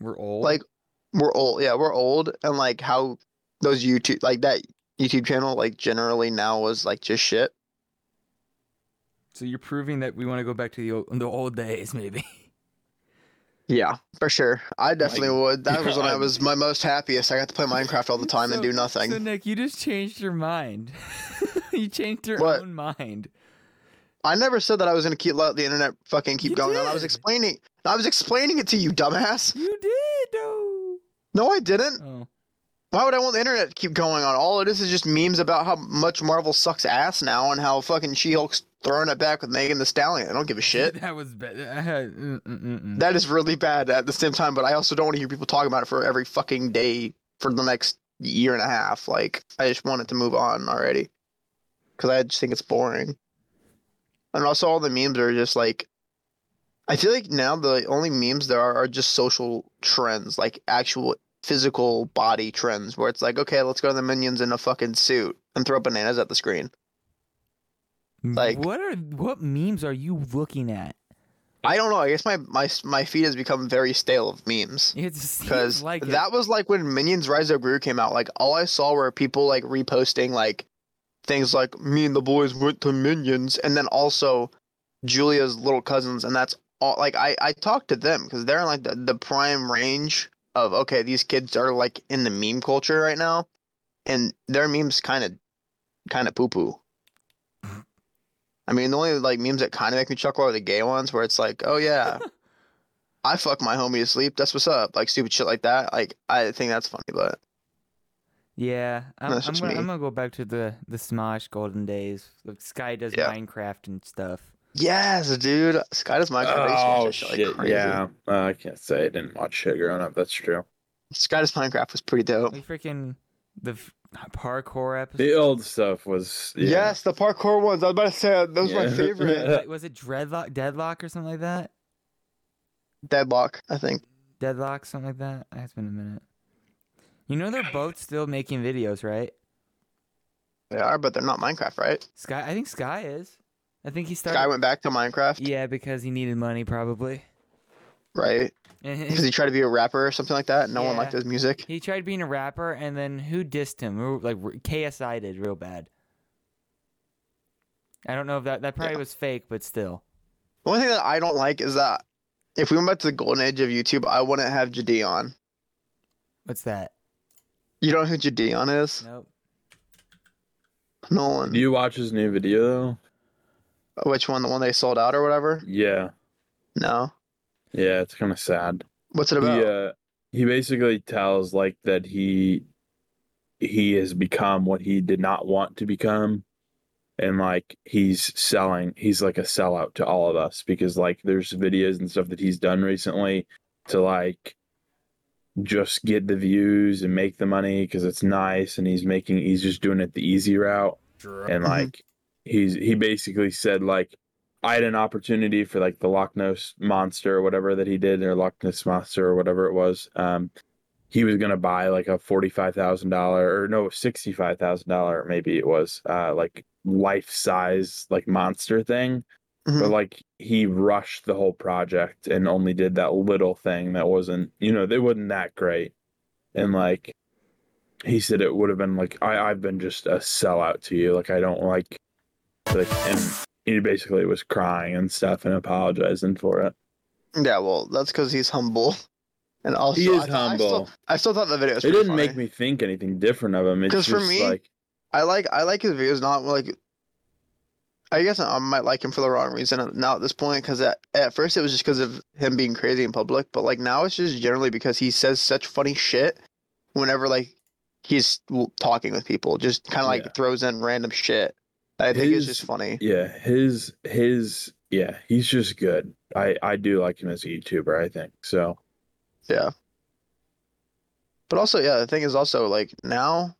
Speaker 2: We're old.
Speaker 3: Like- we're old? Yeah, we're old and like how those YouTube like that YouTube channel like generally now was like just shit.
Speaker 2: so you're proving that we want to go back to the old, the old days, maybe.
Speaker 3: Yeah, for sure. I definitely would. That was when I
Speaker 1: God.
Speaker 3: was my most happiest. I got to play Minecraft all the time and
Speaker 2: So-
Speaker 3: do nothing.
Speaker 2: So Nick, you just changed your mind. you changed your
Speaker 3: What?
Speaker 2: own mind.
Speaker 3: I never said that I was going to keep let the internet fucking keep
Speaker 2: You
Speaker 3: going on. I was
Speaker 2: did.
Speaker 3: explaining. I was explaining it to you, dumbass.
Speaker 2: You did, though.
Speaker 3: No, I didn't.
Speaker 2: Oh.
Speaker 3: Why would I want the internet to keep going on? All it is is just memes about how much Marvel sucks ass now and how fucking She-Hulk's throwing it back with Megan the Stallion. I don't give a shit.
Speaker 2: That was bad. I had. mm, mm, mm, mm.
Speaker 3: That is really bad at the same time, but I also don't want to hear people talking about it for every fucking day for the next year and a half. Like, I just want it to move on already because I just think it's boring. And also, all the memes are just like, I feel like now the only memes there are are just social trends, like actual physical body trends, where it's like, okay, let's go to the minions in a fucking suit and throw bananas at the screen. like-
Speaker 2: what are what memes are you looking at?
Speaker 3: I don't know. I guess my my my feed has become very stale of memes.
Speaker 2: It just seems
Speaker 3: because
Speaker 2: like it.
Speaker 3: that was like when Minions Rise of Gru came out. Like all I saw were people like reposting like things like me and the boys went to Minions, and then also Julia's little cousins, and that's all. Like I I talked to them because they're in like the, the prime range of okay, these kids are like in the meme culture right now, and their memes kind of kind of poo poo. I mean, the only like memes that kind of make me chuckle are the gay ones where it's like, oh yeah, I fuck my homie to sleep. That's what's up. Like stupid shit like that. Like I think that's funny, but
Speaker 2: yeah. I'm,
Speaker 3: that's
Speaker 2: I'm,
Speaker 3: just
Speaker 2: gonna,
Speaker 3: me.
Speaker 2: I'm gonna go back to the the Smosh golden days. Like Sky does
Speaker 3: Yeah.
Speaker 2: Minecraft and stuff.
Speaker 3: yes, dude, Sky does Minecraft. I used to watch
Speaker 1: Oh
Speaker 3: that shit, like,
Speaker 1: shit!
Speaker 3: crazy.
Speaker 1: yeah, uh, I can't say I didn't watch shit growing up. That's true.
Speaker 3: Sky does Minecraft was pretty dope.
Speaker 2: Like freaking the f- parkour episode.
Speaker 1: The old stuff was yeah.
Speaker 3: Yes, the parkour ones. I was about to say those were my
Speaker 1: Yeah.
Speaker 3: favorite.
Speaker 2: Wait, was it dreadlock, deadlock, or something like that?
Speaker 3: Deadlock, I think.
Speaker 2: Deadlock, something like that. It's been a minute. You know they're both still making videos, right?
Speaker 3: They are, but they're not Minecraft, right?
Speaker 2: Sky, I think Sky is. I think he started.
Speaker 3: Sky went back to Minecraft,
Speaker 2: yeah, because he needed money probably.
Speaker 3: right? Because he tried to be a rapper or something like that. and No one
Speaker 2: Yeah.
Speaker 3: liked his music.
Speaker 2: He tried being a rapper, and then who dissed him? Who- Like r- KSI did real bad. I don't know if that that probably
Speaker 3: Yeah.
Speaker 2: was fake, but still.
Speaker 3: The only thing that I don't like is that if we went back to the golden age of YouTube, I wouldn't have Jadeon.
Speaker 2: What's that?
Speaker 3: You don't know who Jadeon is?
Speaker 2: Nope.
Speaker 3: No one.
Speaker 1: Do you watch his new video though?
Speaker 3: Which one? The one they sold out or whatever?
Speaker 1: Yeah,
Speaker 3: No.
Speaker 1: yeah. It's kind of sad.
Speaker 3: What's it about?
Speaker 1: He, uh, he basically tells like that he he has become what he did not want to become and like he's selling he's like a sellout to all of us because like there's videos and stuff that he's done recently to like just get the views and make the money because it's nice and he's making he's just doing it the easy route and
Speaker 3: Mhm.
Speaker 1: like he's he basically said like I had an opportunity for like the Loch Ness monster or whatever that he did or Loch Ness monster or whatever it was. Um, he was gonna buy like a forty five thousand dollar or no sixty five thousand dollar maybe it was uh like life size like monster thing,
Speaker 3: Mhm.
Speaker 1: but like he rushed the whole project and only did that little thing that wasn't you know they wasn't that great, and like he said it would have been like I I've been just a sellout to you like I don't like like and he basically was crying and stuff and apologizing for it.
Speaker 3: Yeah, well, that's because he's humble, and also
Speaker 1: He is
Speaker 3: I, I
Speaker 1: humble.
Speaker 3: still, I still thought the video was
Speaker 1: it
Speaker 3: pretty
Speaker 1: didn't
Speaker 3: funny.
Speaker 1: make me think anything different of him. It's
Speaker 3: 'Cause
Speaker 1: just
Speaker 3: for me-
Speaker 1: like
Speaker 3: I like I like his videos, not like. I guess I might like him for the wrong reason now at this point, because at, at first it was just because of him being crazy in public, but like now it's just generally because he says such funny shit, whenever like he's l- talking with people, just kind of like
Speaker 1: Yeah.
Speaker 3: throws in random shit. I think it's
Speaker 1: His-
Speaker 3: just funny.
Speaker 1: Yeah, his his yeah, he's just good. I I do like him as a YouTuber. I think so.
Speaker 3: Yeah. But also, yeah, the thing is also like now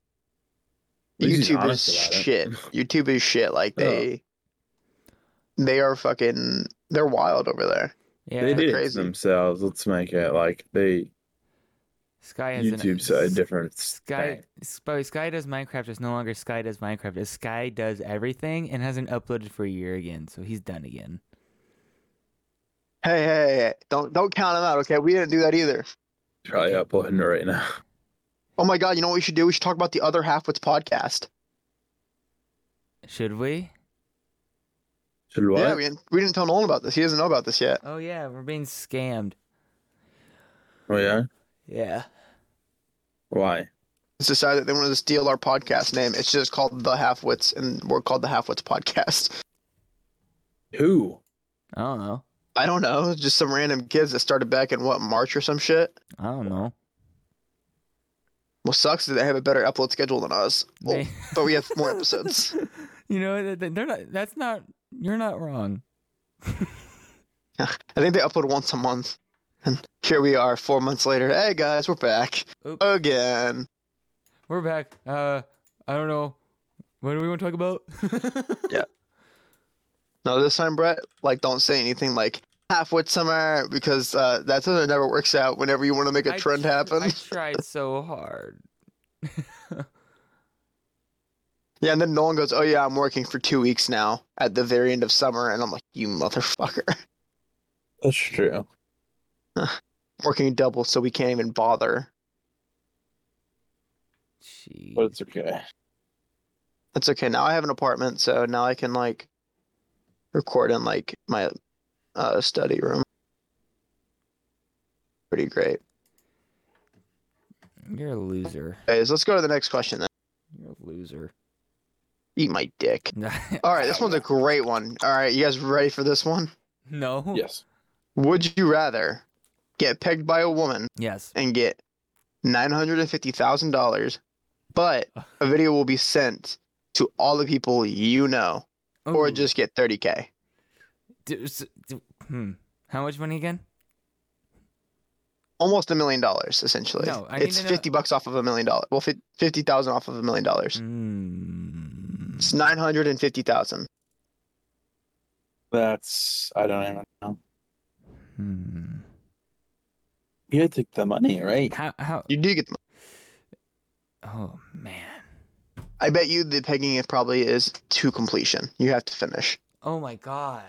Speaker 1: At least he's
Speaker 3: YouTube
Speaker 1: honest
Speaker 3: is
Speaker 1: about it.
Speaker 3: shit. YouTube is shit. Like
Speaker 1: Yeah.
Speaker 3: they they are fucking they're wild over there.
Speaker 2: Yeah,
Speaker 1: they did it to
Speaker 3: crazy.
Speaker 1: themselves. Let's make it like they
Speaker 2: Sky has an-
Speaker 1: YouTube's a different
Speaker 2: Sky,
Speaker 1: thing.
Speaker 2: S- but Sky does Minecraft is no longer Sky does Minecraft. It's Sky does everything and hasn't uploaded for a year again, so he's done again.
Speaker 3: Hey, hey, hey, hey, don't don't count them out, okay? We didn't do that either.
Speaker 1: Probably uploading it right now.
Speaker 3: Oh my god, you know what we should do? We should talk about the other half what's podcast.
Speaker 2: Should we?
Speaker 1: Should what?
Speaker 3: Yeah, we didn't, we didn't tell Nolan about this. He doesn't know about this yet.
Speaker 2: Oh yeah, we're being scammed.
Speaker 1: oh yeah.
Speaker 2: Yeah.
Speaker 1: Why?
Speaker 3: It's decided that they wanted to steal our podcast name. It's just called the Half Wits, and we're called the Half Wits Podcast.
Speaker 1: Who?
Speaker 2: I don't know.
Speaker 3: I don't know, just some random kids that started back in what March or some shit.
Speaker 2: I don't know.
Speaker 3: Well, sucks that they have a better upload schedule than us. Well,
Speaker 2: They-
Speaker 3: but we have Oh, more episodes.
Speaker 2: you know, th- th- they're not. That's not. You're not wrong.
Speaker 3: I think they upload once a month. And here we are, four months later. Hey guys, we're back
Speaker 2: Oop.
Speaker 3: again.
Speaker 2: We're back. Uh, I don't know. What do we want to talk about?
Speaker 3: No, this time, Brett, like, don't say anything like halfwit summer because uh, that's how it never works out. Whenever you want to make a
Speaker 2: I
Speaker 3: trend
Speaker 2: tr-
Speaker 3: happen,
Speaker 2: I tried so hard.
Speaker 3: yeah. And then Nolan goes, "Oh yeah, I'm working for two weeks now at the very end of summer," and I'm like, "You motherfucker,
Speaker 1: That's true.
Speaker 3: working double, so we can't even bother."
Speaker 2: Jeez.
Speaker 1: But it's okay.
Speaker 3: That's okay. Now I have an apartment, so now I can like record in like my uh, study room. Pretty great.
Speaker 2: You're a loser.
Speaker 3: Guys, let's go to the next question then.
Speaker 2: You're a loser.
Speaker 3: Eat my dick. All right, this one's a great one. All right, you guys ready for this one?
Speaker 2: no.
Speaker 1: Yes.
Speaker 3: Would you rather get pegged by a woman
Speaker 2: Yes.
Speaker 3: and get $950,000, but a video will be sent to all the people you know, or
Speaker 2: Ooh.
Speaker 3: just get 30K?
Speaker 2: Do- s- do- hmm. How much money again?
Speaker 3: almost a million dollars essentially.
Speaker 2: No, I need
Speaker 3: it's
Speaker 2: to know-
Speaker 3: fifty bucks off of a million dollars. Well, fif- fifty thousand off of a million dollars.
Speaker 2: Mm.
Speaker 3: It's nine hundred and fifty thousand.
Speaker 1: That's I don't even know.
Speaker 2: Hmm.
Speaker 1: You gotta take the money, right?
Speaker 2: How? How?
Speaker 3: You do get. The,
Speaker 2: Oh man.
Speaker 3: I bet you the pegging it probably is to completion. You have to finish.
Speaker 2: Oh my god.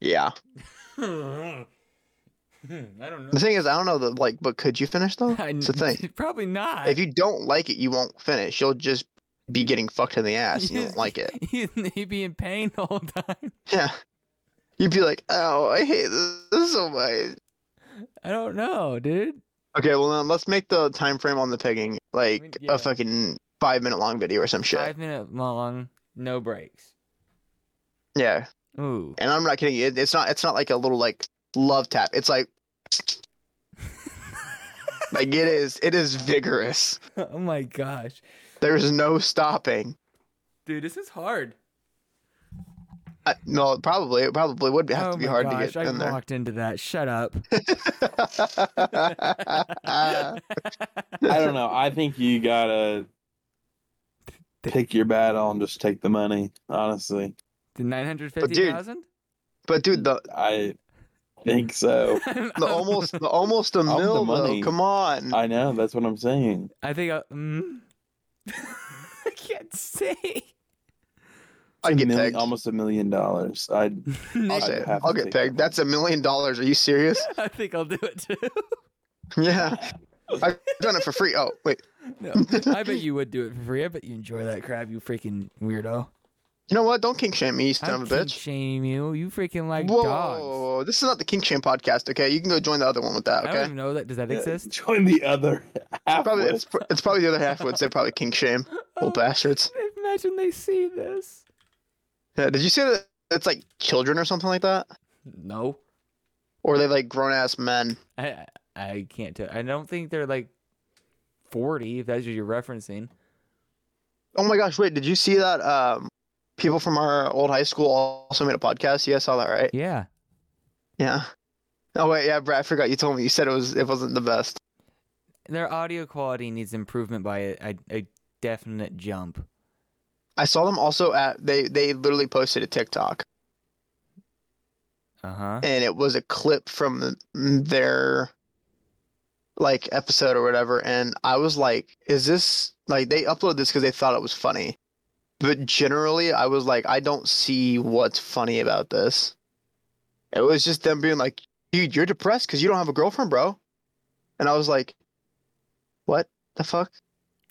Speaker 3: Yeah.
Speaker 2: Hmm, I don't
Speaker 3: The
Speaker 2: know.
Speaker 3: thing is, I don't know the like, but could you finish though?
Speaker 2: I
Speaker 3: It's the thing.
Speaker 2: n- Probably not.
Speaker 3: If you don't like it, you won't finish. You'll just be getting fucked in the ass. and You won't like it.
Speaker 2: You'd, you'd be in pain the whole time.
Speaker 3: Yeah. You'd be like, oh, I hate this, this so much.
Speaker 2: I don't know, dude.
Speaker 3: Okay, well then let's make the time frame on the pegging like
Speaker 2: yeah.
Speaker 3: a fucking five minute long video or some shit.
Speaker 2: Five minute long, no breaks.
Speaker 3: Yeah.
Speaker 2: Ooh.
Speaker 3: and I'm not kidding you. It, it's not. It's not like a little like love tap. It's like like it is. It is vigorous.
Speaker 2: oh my gosh,
Speaker 3: There's no stopping.
Speaker 2: dude, this is hard.
Speaker 3: I, Uh, no, probably it probably would have
Speaker 2: oh
Speaker 3: to be
Speaker 2: my
Speaker 3: hard
Speaker 2: gosh,
Speaker 3: to get
Speaker 2: I
Speaker 3: in there.
Speaker 2: walked into that. Shut up.
Speaker 1: I don't know. I think you gotta pick your battle and just take the money. Honestly,
Speaker 2: The nine hundred fifty thousand.
Speaker 3: but dude, the
Speaker 1: I think so.
Speaker 3: the
Speaker 2: Um,
Speaker 3: almost the almost a
Speaker 1: the
Speaker 3: mil though.
Speaker 1: money.
Speaker 3: Come on.
Speaker 1: I know that's what I'm saying.
Speaker 2: I think. I, mm, I can't say.
Speaker 1: It's a
Speaker 3: I'd get
Speaker 1: million-
Speaker 3: pegged.
Speaker 1: almost a million dollars. I
Speaker 3: I'll
Speaker 2: Nick,
Speaker 3: say
Speaker 1: I'd
Speaker 3: it.
Speaker 1: have
Speaker 3: I'll
Speaker 1: to
Speaker 3: get
Speaker 1: take that
Speaker 3: pegged. That's a million dollars. Are you serious?
Speaker 2: I think I'll do it too.
Speaker 3: Yeah. I've done it for free. Oh wait.
Speaker 2: No, I bet you would do it for free. I bet you enjoy that crap, you freaking weirdo.
Speaker 3: You know what? Don't kink shame me, you
Speaker 2: I
Speaker 3: son of a
Speaker 2: can't
Speaker 3: bitch.
Speaker 2: shame you. You freaking like
Speaker 3: Whoa,
Speaker 2: dogs.
Speaker 3: this is not the kink shame podcast. Okay, you can go join the other one with that.
Speaker 2: I
Speaker 3: Okay.
Speaker 2: don't even know that. Does that exist?
Speaker 1: uh, Join the other half.
Speaker 3: Probably
Speaker 1: with.
Speaker 3: it's, pr- it's probably the other half would say probably kink shame. Little bastards.
Speaker 2: Oh, Imagine they see this.
Speaker 3: Yeah, did you say that it's like children or something like that?
Speaker 2: No,
Speaker 3: Or are they like grown ass men?
Speaker 2: I I I can't tell. I don't think they're like forty, if that's what you're referencing.
Speaker 3: Oh my gosh! Wait, did you see that? Um, people from our old high school also made a podcast. You guys saw that, right?
Speaker 2: Yeah.
Speaker 3: Yeah. Oh wait, yeah, Brad. I forgot you told me. You said it was it wasn't the best.
Speaker 2: Their audio quality needs improvement by a, a, a definite jump.
Speaker 3: I saw them also at they they literally posted a TikTok
Speaker 2: Uh huh.
Speaker 3: and it was a clip from the, their like episode or whatever, and I was like, is this like they uploaded this because they thought it was funny, but generally I was like, I don't see what's funny about this. It was just them being like, dude, you're depressed because you don't have a girlfriend, bro, and I was like, what the fuck?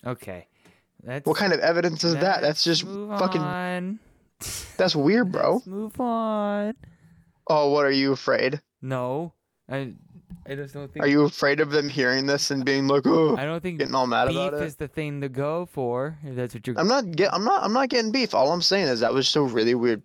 Speaker 2: Okay. That's,
Speaker 3: What kind of evidence is that? That's just fucking- that's weird, bro.
Speaker 2: move on.
Speaker 3: Oh, what are you afraid?
Speaker 2: No, I I just don't think
Speaker 3: Are you afraid of them hearing this and being like, oh,
Speaker 2: I don't think
Speaker 3: getting all mad
Speaker 2: beef
Speaker 3: about it?
Speaker 2: is the thing to go for. If that's what you're.
Speaker 3: I'm not get I'm not I'm not getting beef. All I'm saying is that was just a really weird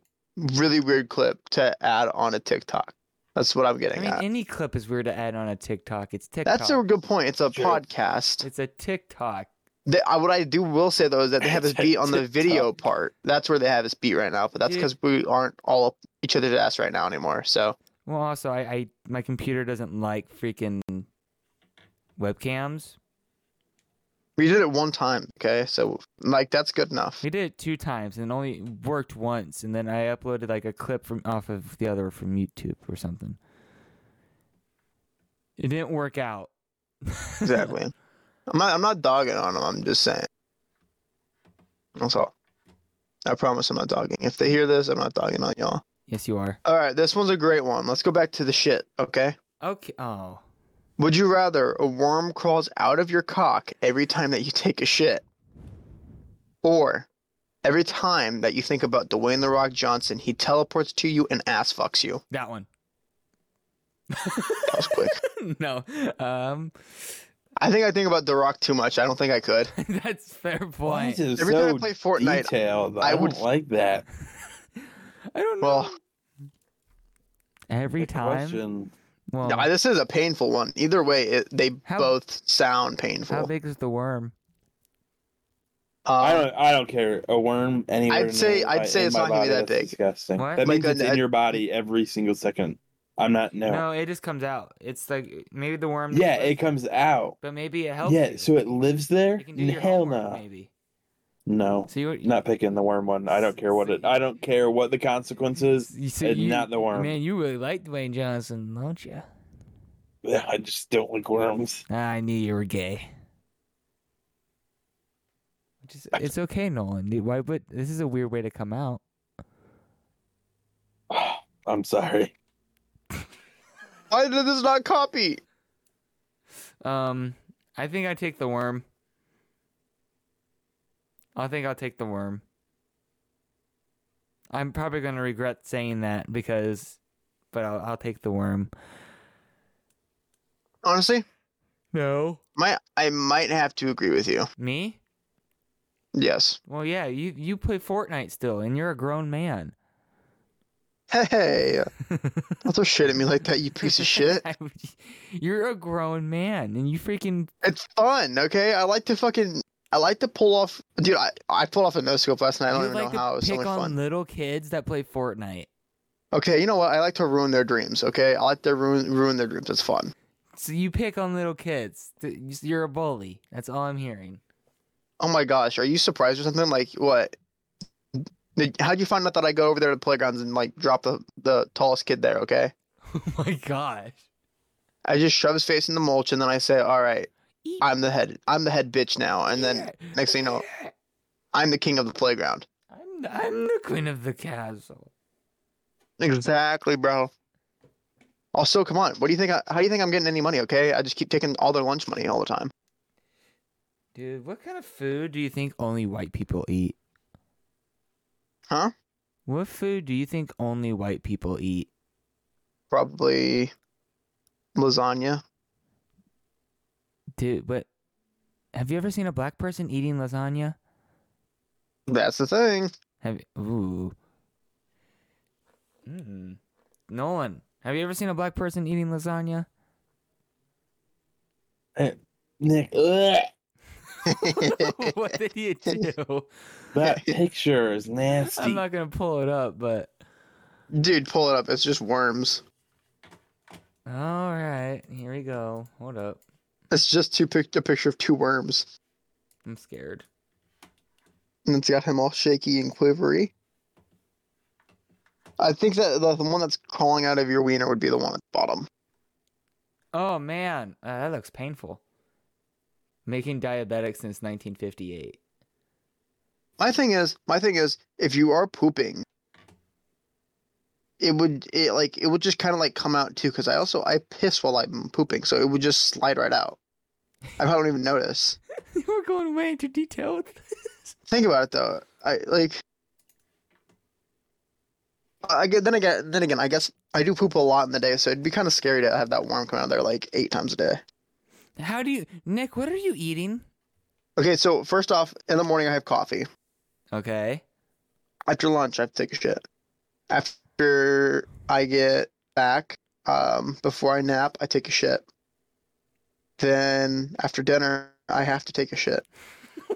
Speaker 3: really weird clip to add on a TikTok. That's what I'm
Speaker 2: I
Speaker 3: getting
Speaker 2: mean,
Speaker 3: at.
Speaker 2: any clip is weird to add on a TikTok. It's TikTok.
Speaker 3: That's a good point. It's a
Speaker 1: True.
Speaker 3: podcast.
Speaker 2: It's a TikTok.
Speaker 3: The- I- what I do will say though is that they have this
Speaker 1: It's a
Speaker 3: beat on the video part. That's where they have this beat right now, but that's
Speaker 2: Dude.
Speaker 3: because we aren't all up each other's ass right now anymore. So
Speaker 2: Well, also, I, I my computer doesn't like freaking webcams.
Speaker 3: we did it one time, okay? So like that's good enough.
Speaker 2: We did it two times and only worked once, and then I uploaded like a clip from off of the other from YouTube or something. It didn't work out.
Speaker 3: Exactly. I'm not I'm not dogging on them. I'm just saying. That's all. I promise I'm not dogging. If they hear this, I'm not dogging on y'all.
Speaker 2: yes, you are.
Speaker 3: All right, this one's a great one. Let's go back to the shit, okay?
Speaker 2: Okay. Oh.
Speaker 3: Would you rather a worm crawls out of your cock every time that you take a shit? Or every time that you think about Dwayne The Rock Johnson, he teleports to you and ass fucks you?
Speaker 2: That one.
Speaker 3: That was quick.
Speaker 2: no. Um
Speaker 3: I think I think about The Rock too much. I don't think I could.
Speaker 2: that's fair
Speaker 1: Why
Speaker 2: point.
Speaker 1: is it
Speaker 3: Every time
Speaker 1: so
Speaker 3: I play Fortnite,
Speaker 1: detailed?
Speaker 3: I
Speaker 1: I,
Speaker 3: would-
Speaker 1: would like that.
Speaker 2: I don't know.
Speaker 3: well,
Speaker 2: Every
Speaker 1: Good
Speaker 2: time.
Speaker 3: Um,
Speaker 1: question.
Speaker 2: Well,
Speaker 3: no, this is a painful one. Either way, it, they
Speaker 2: Um, How-
Speaker 3: both sound
Speaker 2: how
Speaker 3: painful.
Speaker 2: big is the worm?
Speaker 1: I
Speaker 3: Um,
Speaker 1: don't. I don't care. A worm anywhere.
Speaker 3: I'd
Speaker 1: in
Speaker 3: say-
Speaker 1: my-
Speaker 3: I'd say
Speaker 1: in
Speaker 3: it's
Speaker 1: my
Speaker 3: not gonna
Speaker 1: body,
Speaker 3: be that
Speaker 1: that's
Speaker 3: big.
Speaker 1: Disgusting.
Speaker 2: What?
Speaker 1: That
Speaker 3: Like
Speaker 1: means
Speaker 3: a-
Speaker 1: it's in
Speaker 3: a-
Speaker 1: your body every single second. I'm not. No.
Speaker 2: No, it just comes out. It's like maybe the worm.
Speaker 1: yeah, it comes out.
Speaker 2: But maybe it helps.
Speaker 1: yeah,
Speaker 2: you.
Speaker 1: so it lives there.
Speaker 2: You can do your
Speaker 1: Hell
Speaker 2: homework,
Speaker 1: no.
Speaker 2: Maybe.
Speaker 1: No.
Speaker 2: So you
Speaker 1: Not picking the worm one. I don't care what it. I don't care what the consequences.
Speaker 2: You so
Speaker 1: and
Speaker 2: you-
Speaker 1: not the worm.
Speaker 2: Man, you really like Dwayne Johnson, don't you?
Speaker 1: I just don't like worms.
Speaker 2: I knew you were gay. Which is, it's okay, Nolan. dude. Why? But this is a weird way to come out.
Speaker 1: I'm sorry.
Speaker 3: why did this not copy?
Speaker 2: Um, I think I take the worm. I think I'll take the worm. I'm probably gonna regret saying that because, but I'll, I'll take the worm.
Speaker 3: Honestly,
Speaker 2: No,
Speaker 3: my I might have to agree with you.
Speaker 2: me?
Speaker 3: Yes.
Speaker 2: Well, yeah. You you play Fortnite still, and you're a grown man.
Speaker 3: Hey, don't throw shit at me like that, you piece of shit.
Speaker 2: I would- you're a grown man, and you freaking
Speaker 3: It's fun, okay? I like to fucking, I like to pull off, dude. I, I pulled off a no scope last night. I don't
Speaker 2: you
Speaker 3: even
Speaker 2: like
Speaker 3: know how.
Speaker 2: to
Speaker 3: It's so
Speaker 2: pick
Speaker 3: much
Speaker 2: on
Speaker 3: fun.
Speaker 2: little kids that play Fortnite.
Speaker 3: Okay, you know what? I like to ruin their dreams. Okay, I like to ruin ruin their dreams. It's fun.
Speaker 2: So you pick on little kids. Th- You're a bully. That's all I'm hearing.
Speaker 3: Oh my gosh, are you surprised or something? Like what? Did, how'd you find out that I go over there to the playgrounds and like drop the the tallest kid there? Okay,
Speaker 2: Oh my gosh.
Speaker 3: I just shove his face in the mulch and then I say, all right, I'm the head, I'm the head bitch now. And then next thing you know, I'm the king of the playground.
Speaker 2: I'm I'm the queen of the castle.
Speaker 3: Exactly, bro. Also, come on. What do you think? I, how do you think I'm getting any money? Okay, I just keep taking all their lunch money all the time.
Speaker 2: Dude, what kind of food do you think only white people eat?
Speaker 3: Huh?
Speaker 2: What food do you think only white people eat?
Speaker 3: Probably lasagna.
Speaker 2: Dude, but have you ever seen a black person eating lasagna?
Speaker 3: That's the thing.
Speaker 2: Have ooh. Mm. Nolan, have you ever seen a black person eating lasagna?
Speaker 1: Nick, ugh.
Speaker 2: what did you do?
Speaker 1: That picture is
Speaker 2: I'm
Speaker 1: nasty.
Speaker 2: not gonna pull it up, but
Speaker 3: Dude, pull it up. It's just worms.
Speaker 2: all right, here we go. Hold up,
Speaker 3: It's just two pic- a picture of two worms.
Speaker 2: I'm scared.
Speaker 3: And it's got him all shaky and quivery. I think that the, the one that's crawling out of your wiener would be the one at the bottom.
Speaker 2: Oh man, uh, that looks painful. Making diabetic since 1958.
Speaker 3: My thing is, my thing is, if you are pooping, it would it like it would just kind of like come out too. Because I also I piss while I'm pooping, so it would just slide right out. I don't even notice.
Speaker 2: We're going way into detail with this.
Speaker 3: Think about it though. I like. I get then again then again I guess I do poop a lot in the day, so it'd be kind of scary to have that worm come out of there like eight times a day.
Speaker 2: How do you, Nick? What are you eating?
Speaker 3: Okay, so first off, in the morning I have coffee.
Speaker 2: Okay.
Speaker 3: After lunch, I have to take a shit. After I get back, um, before I nap, I take a shit. Then after dinner, I have to take a shit,
Speaker 2: Oh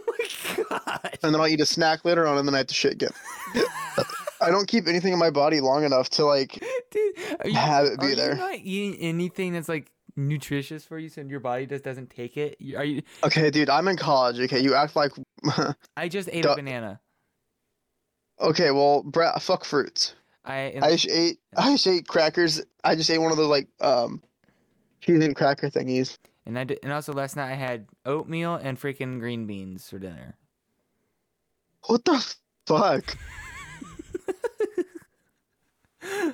Speaker 2: my
Speaker 3: and then I'll eat a snack later on, and then I have to shit again.
Speaker 2: god.
Speaker 3: I don't keep anything in my body long enough to like.
Speaker 2: Dude, are you,
Speaker 3: Have it be
Speaker 2: are
Speaker 3: there.
Speaker 2: you not eating anything that's like nutritious for you, so your body just doesn't take it? You- Are you?
Speaker 3: Okay, dude, I'm in college. Okay, you act like.
Speaker 2: I just ate
Speaker 3: Duh.
Speaker 2: a banana.
Speaker 3: okay, well, Brett, fuck fruits.
Speaker 2: I, and-
Speaker 3: I just ate. I just ate crackers. I just ate one of those like um, cheese and cracker thingies.
Speaker 2: and I did, and also last night I had oatmeal and freaking green beans for dinner.
Speaker 3: What the fuck?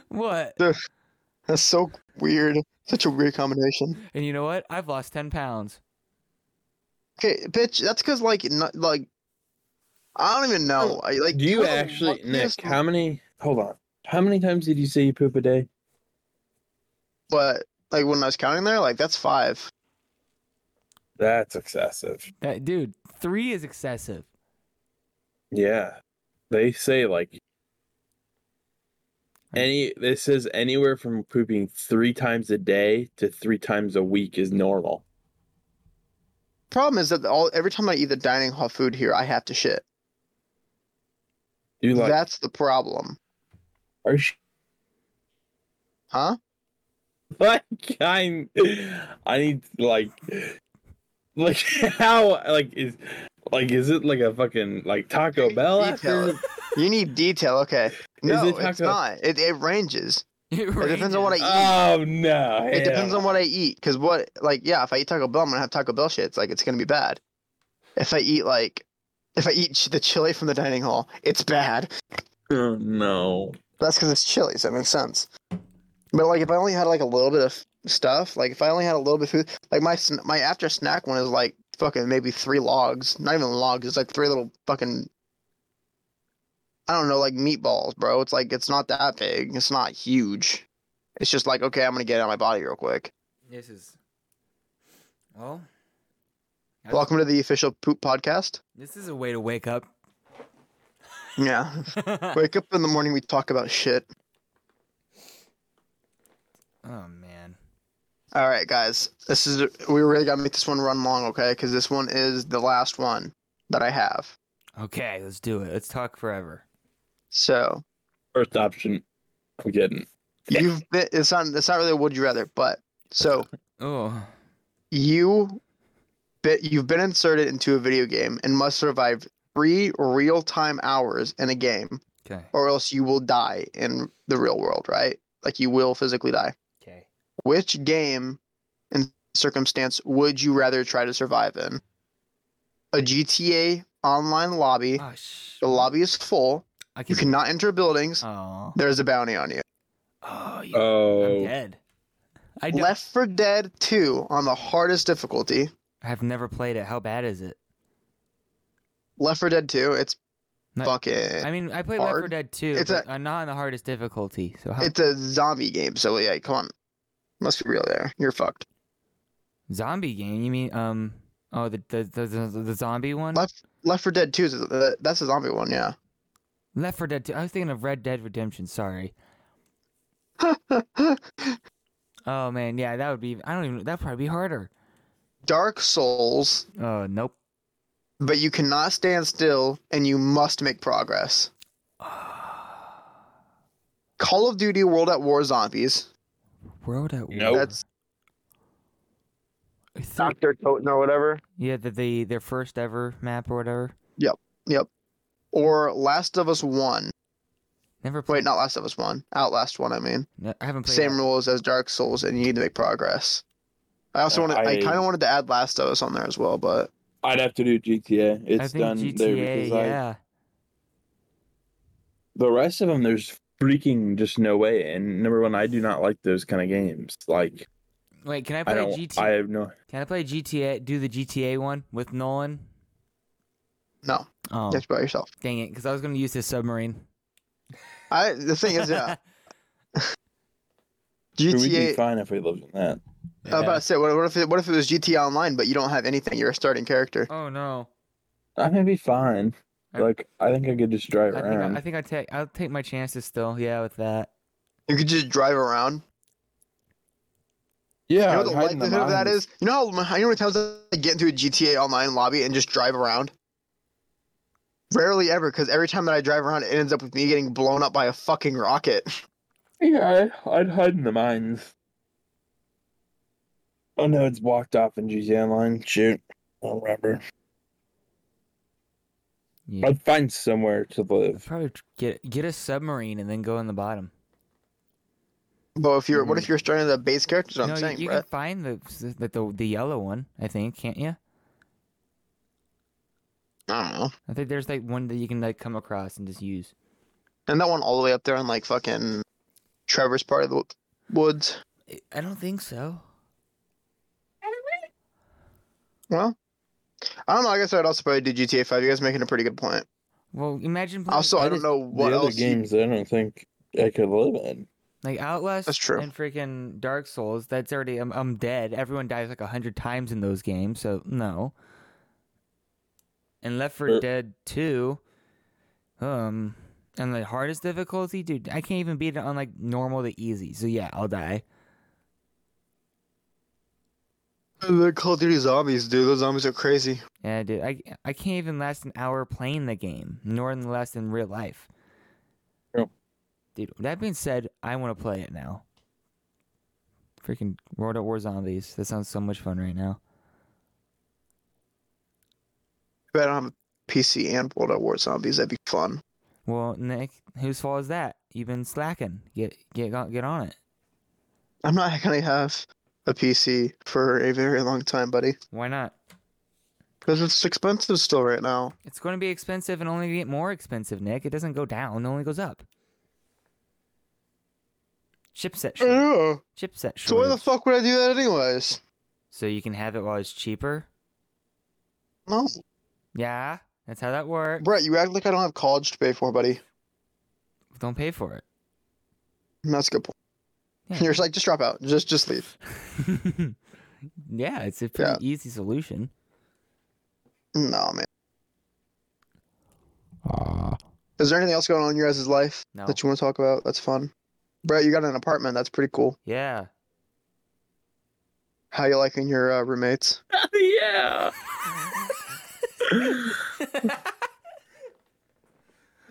Speaker 2: what?
Speaker 3: That's so weird. Such a weird combination.
Speaker 2: And you know what? I've lost ten pounds.
Speaker 3: Okay, bitch. That's because like, not, like, I don't even know. I like.
Speaker 1: Do you
Speaker 3: you're the
Speaker 1: actually, Nick?
Speaker 3: luckiest-
Speaker 1: How many? Hold on. How many times did you say you poop a day?
Speaker 3: But like when I was counting there, like that's five.
Speaker 1: That's excessive.
Speaker 2: That dude, three is excessive.
Speaker 1: Yeah. They say like any this says anywhere from pooping three times a day to three times a week is normal.
Speaker 3: Problem is that all every time I eat the dining hall food here, I have to shit.
Speaker 1: You like
Speaker 3: that's the problem,
Speaker 1: are sh-
Speaker 3: huh?
Speaker 1: like I I need like like how like is like is it like a fucking like Taco Bell
Speaker 3: Detail
Speaker 1: after
Speaker 3: it. You need detail. Okay. No,
Speaker 1: it
Speaker 3: it's
Speaker 1: taco-
Speaker 3: not. It, it ranges.
Speaker 2: It
Speaker 3: It depends on what I eat.
Speaker 1: Oh no.
Speaker 3: It depends
Speaker 1: hell.
Speaker 3: on what I eat. Cause what, like, yeah, if I eat Taco Bell, I'm gonna have Taco Bell shit. It's like it's gonna be bad. If I eat like, if I eat ch- the chili from the dining hall, it's bad.
Speaker 1: Oh, no.
Speaker 3: That's because it's chili, so it makes sense. But like, if I only had like a little bit of stuff, like if I only had a little bit of food, like my sn- my after snack one is like fucking maybe three logs, not even logs. It's like three little fucking. I don't know, like meatballs, bro. It's like it's not that big. It's not huge. It's just like okay, I'm gonna get it out of my body real quick.
Speaker 2: This is. Well. that's-
Speaker 3: Welcome to the official poop podcast.
Speaker 2: This is a way to wake up.
Speaker 3: Yeah. Wake up in the morning, we talk about shit.
Speaker 2: Oh man.
Speaker 3: All right, guys. This is we really gotta make this one run long, okay? Because this one is the last one that I have.
Speaker 2: Okay, let's do it. Let's talk forever.
Speaker 3: So
Speaker 1: First option. I'm kidding.
Speaker 3: you've been. It's not. It's not really a would you rather, but so
Speaker 2: Oh.
Speaker 3: you, bit you've been inserted into a video game and must survive three real time hours in a game,
Speaker 2: Okay.
Speaker 3: or else you will die in the real world, right? Like you will physically die.
Speaker 2: Okay.
Speaker 3: Which game and circumstance would you rather try to survive in? A GTA online lobby.
Speaker 2: Oh sh.
Speaker 3: The lobby is full.
Speaker 2: I can.
Speaker 3: You cannot enter buildings.
Speaker 2: Oh.
Speaker 3: There's a bounty on you.
Speaker 2: Oh. You, I'm
Speaker 1: Oh
Speaker 2: dead. I don't-
Speaker 3: Left for Dead 2 on the hardest difficulty.
Speaker 2: I've never played it. How bad is it?
Speaker 3: Left for Dead 2, it's
Speaker 2: No,
Speaker 3: fucking
Speaker 2: I mean, I played Left
Speaker 3: hard.
Speaker 2: 4 Dead 2.
Speaker 3: It's
Speaker 2: It's
Speaker 3: a-
Speaker 2: a, not on the hardest difficulty. So how?
Speaker 3: it's a zombie game, so yeah, come on. Must be real there. You're fucked.
Speaker 2: zombie game. You mean um? Oh, the the the, the, the zombie one.
Speaker 3: Left Left for Dead 2 is a, that's a zombie one, yeah.
Speaker 2: Left 4 Dead 2. I was thinking of Red Dead Redemption. Sorry. Oh man, yeah, that would be. I don't even. That'd probably be harder.
Speaker 3: Dark Souls
Speaker 2: Oh nope.
Speaker 3: but you cannot stand still and you must make progress. Call of Duty World at War Zombies.
Speaker 2: World at
Speaker 1: Nope.
Speaker 2: War.
Speaker 3: That's
Speaker 2: I thought-
Speaker 3: Dr. Toten or whatever.
Speaker 2: yeah, the, the their first ever map or whatever.
Speaker 3: Or Last of Us 1.
Speaker 2: Never played.
Speaker 3: Wait, not Last of Us 1. Outlast 1, I mean.
Speaker 2: No, I haven't played.
Speaker 3: Same
Speaker 2: that.
Speaker 3: rules as Dark Souls, and you need to make progress. I also
Speaker 4: Uh,
Speaker 3: wanted, I,
Speaker 4: I-
Speaker 3: kind of wanted to add Last of Us on there as well, but
Speaker 4: I'd have to do GTA.
Speaker 2: I
Speaker 4: It's
Speaker 2: think
Speaker 4: done
Speaker 2: GTA.
Speaker 4: there because I,
Speaker 2: yeah.
Speaker 1: the rest of them there's freaking just no way and number one i do not like those kind of games like
Speaker 2: Wait, can I
Speaker 1: i
Speaker 2: play
Speaker 1: don't
Speaker 2: GTA?
Speaker 1: i have no
Speaker 2: Can I play GTA? Do the GTA one with Nolan?
Speaker 3: no,
Speaker 2: Oh,
Speaker 3: just by yourself.
Speaker 2: dang it! Because I was gonna use his submarine.
Speaker 3: I the thing is, yeah,
Speaker 1: Dude, we'd be
Speaker 3: GTA.
Speaker 1: fine if we lived in that
Speaker 3: I was about to say, what, what if it, what if it was GTA Online, but you don't have anything? You're a starting character.
Speaker 2: oh no!
Speaker 1: i'm gonna be fine
Speaker 2: I-
Speaker 1: like i think i could just drive
Speaker 2: I think
Speaker 1: around
Speaker 2: I, I think I take I'll take my chances still. Yeah, with that.
Speaker 3: You could just drive around.
Speaker 1: yeah
Speaker 3: You know what the
Speaker 1: hide in
Speaker 3: likelihood of that
Speaker 1: mountains.
Speaker 3: is? You know how, how many times I get into a GTA Online lobby and just drive around? Rarely ever, because every time that I drive around, it ends up with me getting blown up by a fucking rocket.
Speaker 1: yeah I, i'd hide in the mines oh no it's blocked off in gta online shoot i don't remember
Speaker 2: Yeah.
Speaker 1: i'd find somewhere to live
Speaker 2: Probably tr- get get a submarine and then go in the bottom.
Speaker 3: But if you're, what if you're starting the base characters? I'm
Speaker 2: no, you-
Speaker 3: saying,
Speaker 2: you,
Speaker 3: Brett.
Speaker 2: can find the, s- the the the yellow one. I think can't you?
Speaker 3: I don't know.
Speaker 2: I think there's like one that you can like come across and just use.
Speaker 3: And that one all the way up there in like fucking Trevor's part of the woods.
Speaker 2: I- I don't think so.
Speaker 3: Well, I don't know. I guess I'd also probably do GTA Five. You guys making a pretty good point.
Speaker 2: Well, imagine playing
Speaker 3: Also, I don't
Speaker 1: is
Speaker 3: know what
Speaker 1: the other
Speaker 3: else. you-
Speaker 1: games i don't think i could live in
Speaker 2: like Outlast
Speaker 3: That's true.
Speaker 2: and freaking Dark Souls. That's already I'm, I'm dead. Everyone dies like a hundred times in those games, so no. And Left 4
Speaker 3: Uh.
Speaker 1: Er-
Speaker 2: Dead 2, um, and the hardest difficulty, dude, I can't even beat it on like normal to easy. So yeah, I'll die.
Speaker 3: The Call of Duty zombies, dude. Those zombies are crazy.
Speaker 2: Yeah, dude, I I can't even last an hour playing the game, nor in last in real life.
Speaker 1: Yep.
Speaker 2: Dude, that being said, I want to play it now. Freaking World at War Zombies. That sounds so much fun right now.
Speaker 3: But I don't have a PC and World at War Zombies. That'd be fun.
Speaker 2: Well, Nick, whose fault is that? You've been slacking. Get get on- get on it.
Speaker 3: I'm not gonna have a PC for a very long time, buddy,
Speaker 2: Why not?
Speaker 3: because it's expensive still right now.
Speaker 2: It's going to be expensive and only get more expensive, Nick. It doesn't go down; it only goes up. Chipset short.
Speaker 3: Yeah.
Speaker 2: Chipset
Speaker 3: Mm-hmm. So why the
Speaker 2: shortage.
Speaker 3: fuck would I do that anyways?
Speaker 2: So you can have it while it's cheaper.
Speaker 3: No,
Speaker 2: Yeah, that's how that works.
Speaker 3: Brett, you act like I don't have college to pay for, buddy.
Speaker 2: Don't pay for it.
Speaker 3: That's a good point.
Speaker 2: Yeah.
Speaker 3: You're just like, just drop out, just just leave.
Speaker 2: yeah, it's a pretty easy solution.
Speaker 3: No, man. Is there anything else going on in your guys' life
Speaker 2: No.
Speaker 3: that you want to talk about? That's fun. Brett, you got an apartment. That's pretty cool.
Speaker 2: Yeah.
Speaker 3: How you liking your uh, roommates?
Speaker 1: yeah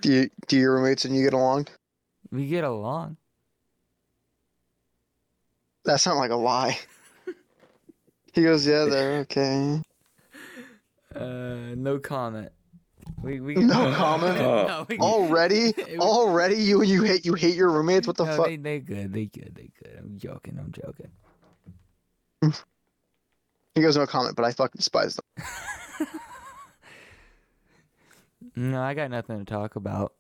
Speaker 3: Do you do your roommates and you get along?
Speaker 2: we get along.
Speaker 3: That sounded like a lie. he goes, yeah, they're okay.
Speaker 2: Uh, no comment. We we get
Speaker 3: No comment.
Speaker 2: no, we
Speaker 3: Already, already, you you hate you hate your roommates. What the
Speaker 2: no,
Speaker 3: fuck?
Speaker 2: They, they good. They good. They good. I'm joking. I'm joking.
Speaker 3: He goes, no comment. But I fucking despise them.
Speaker 2: No, I got nothing to talk about.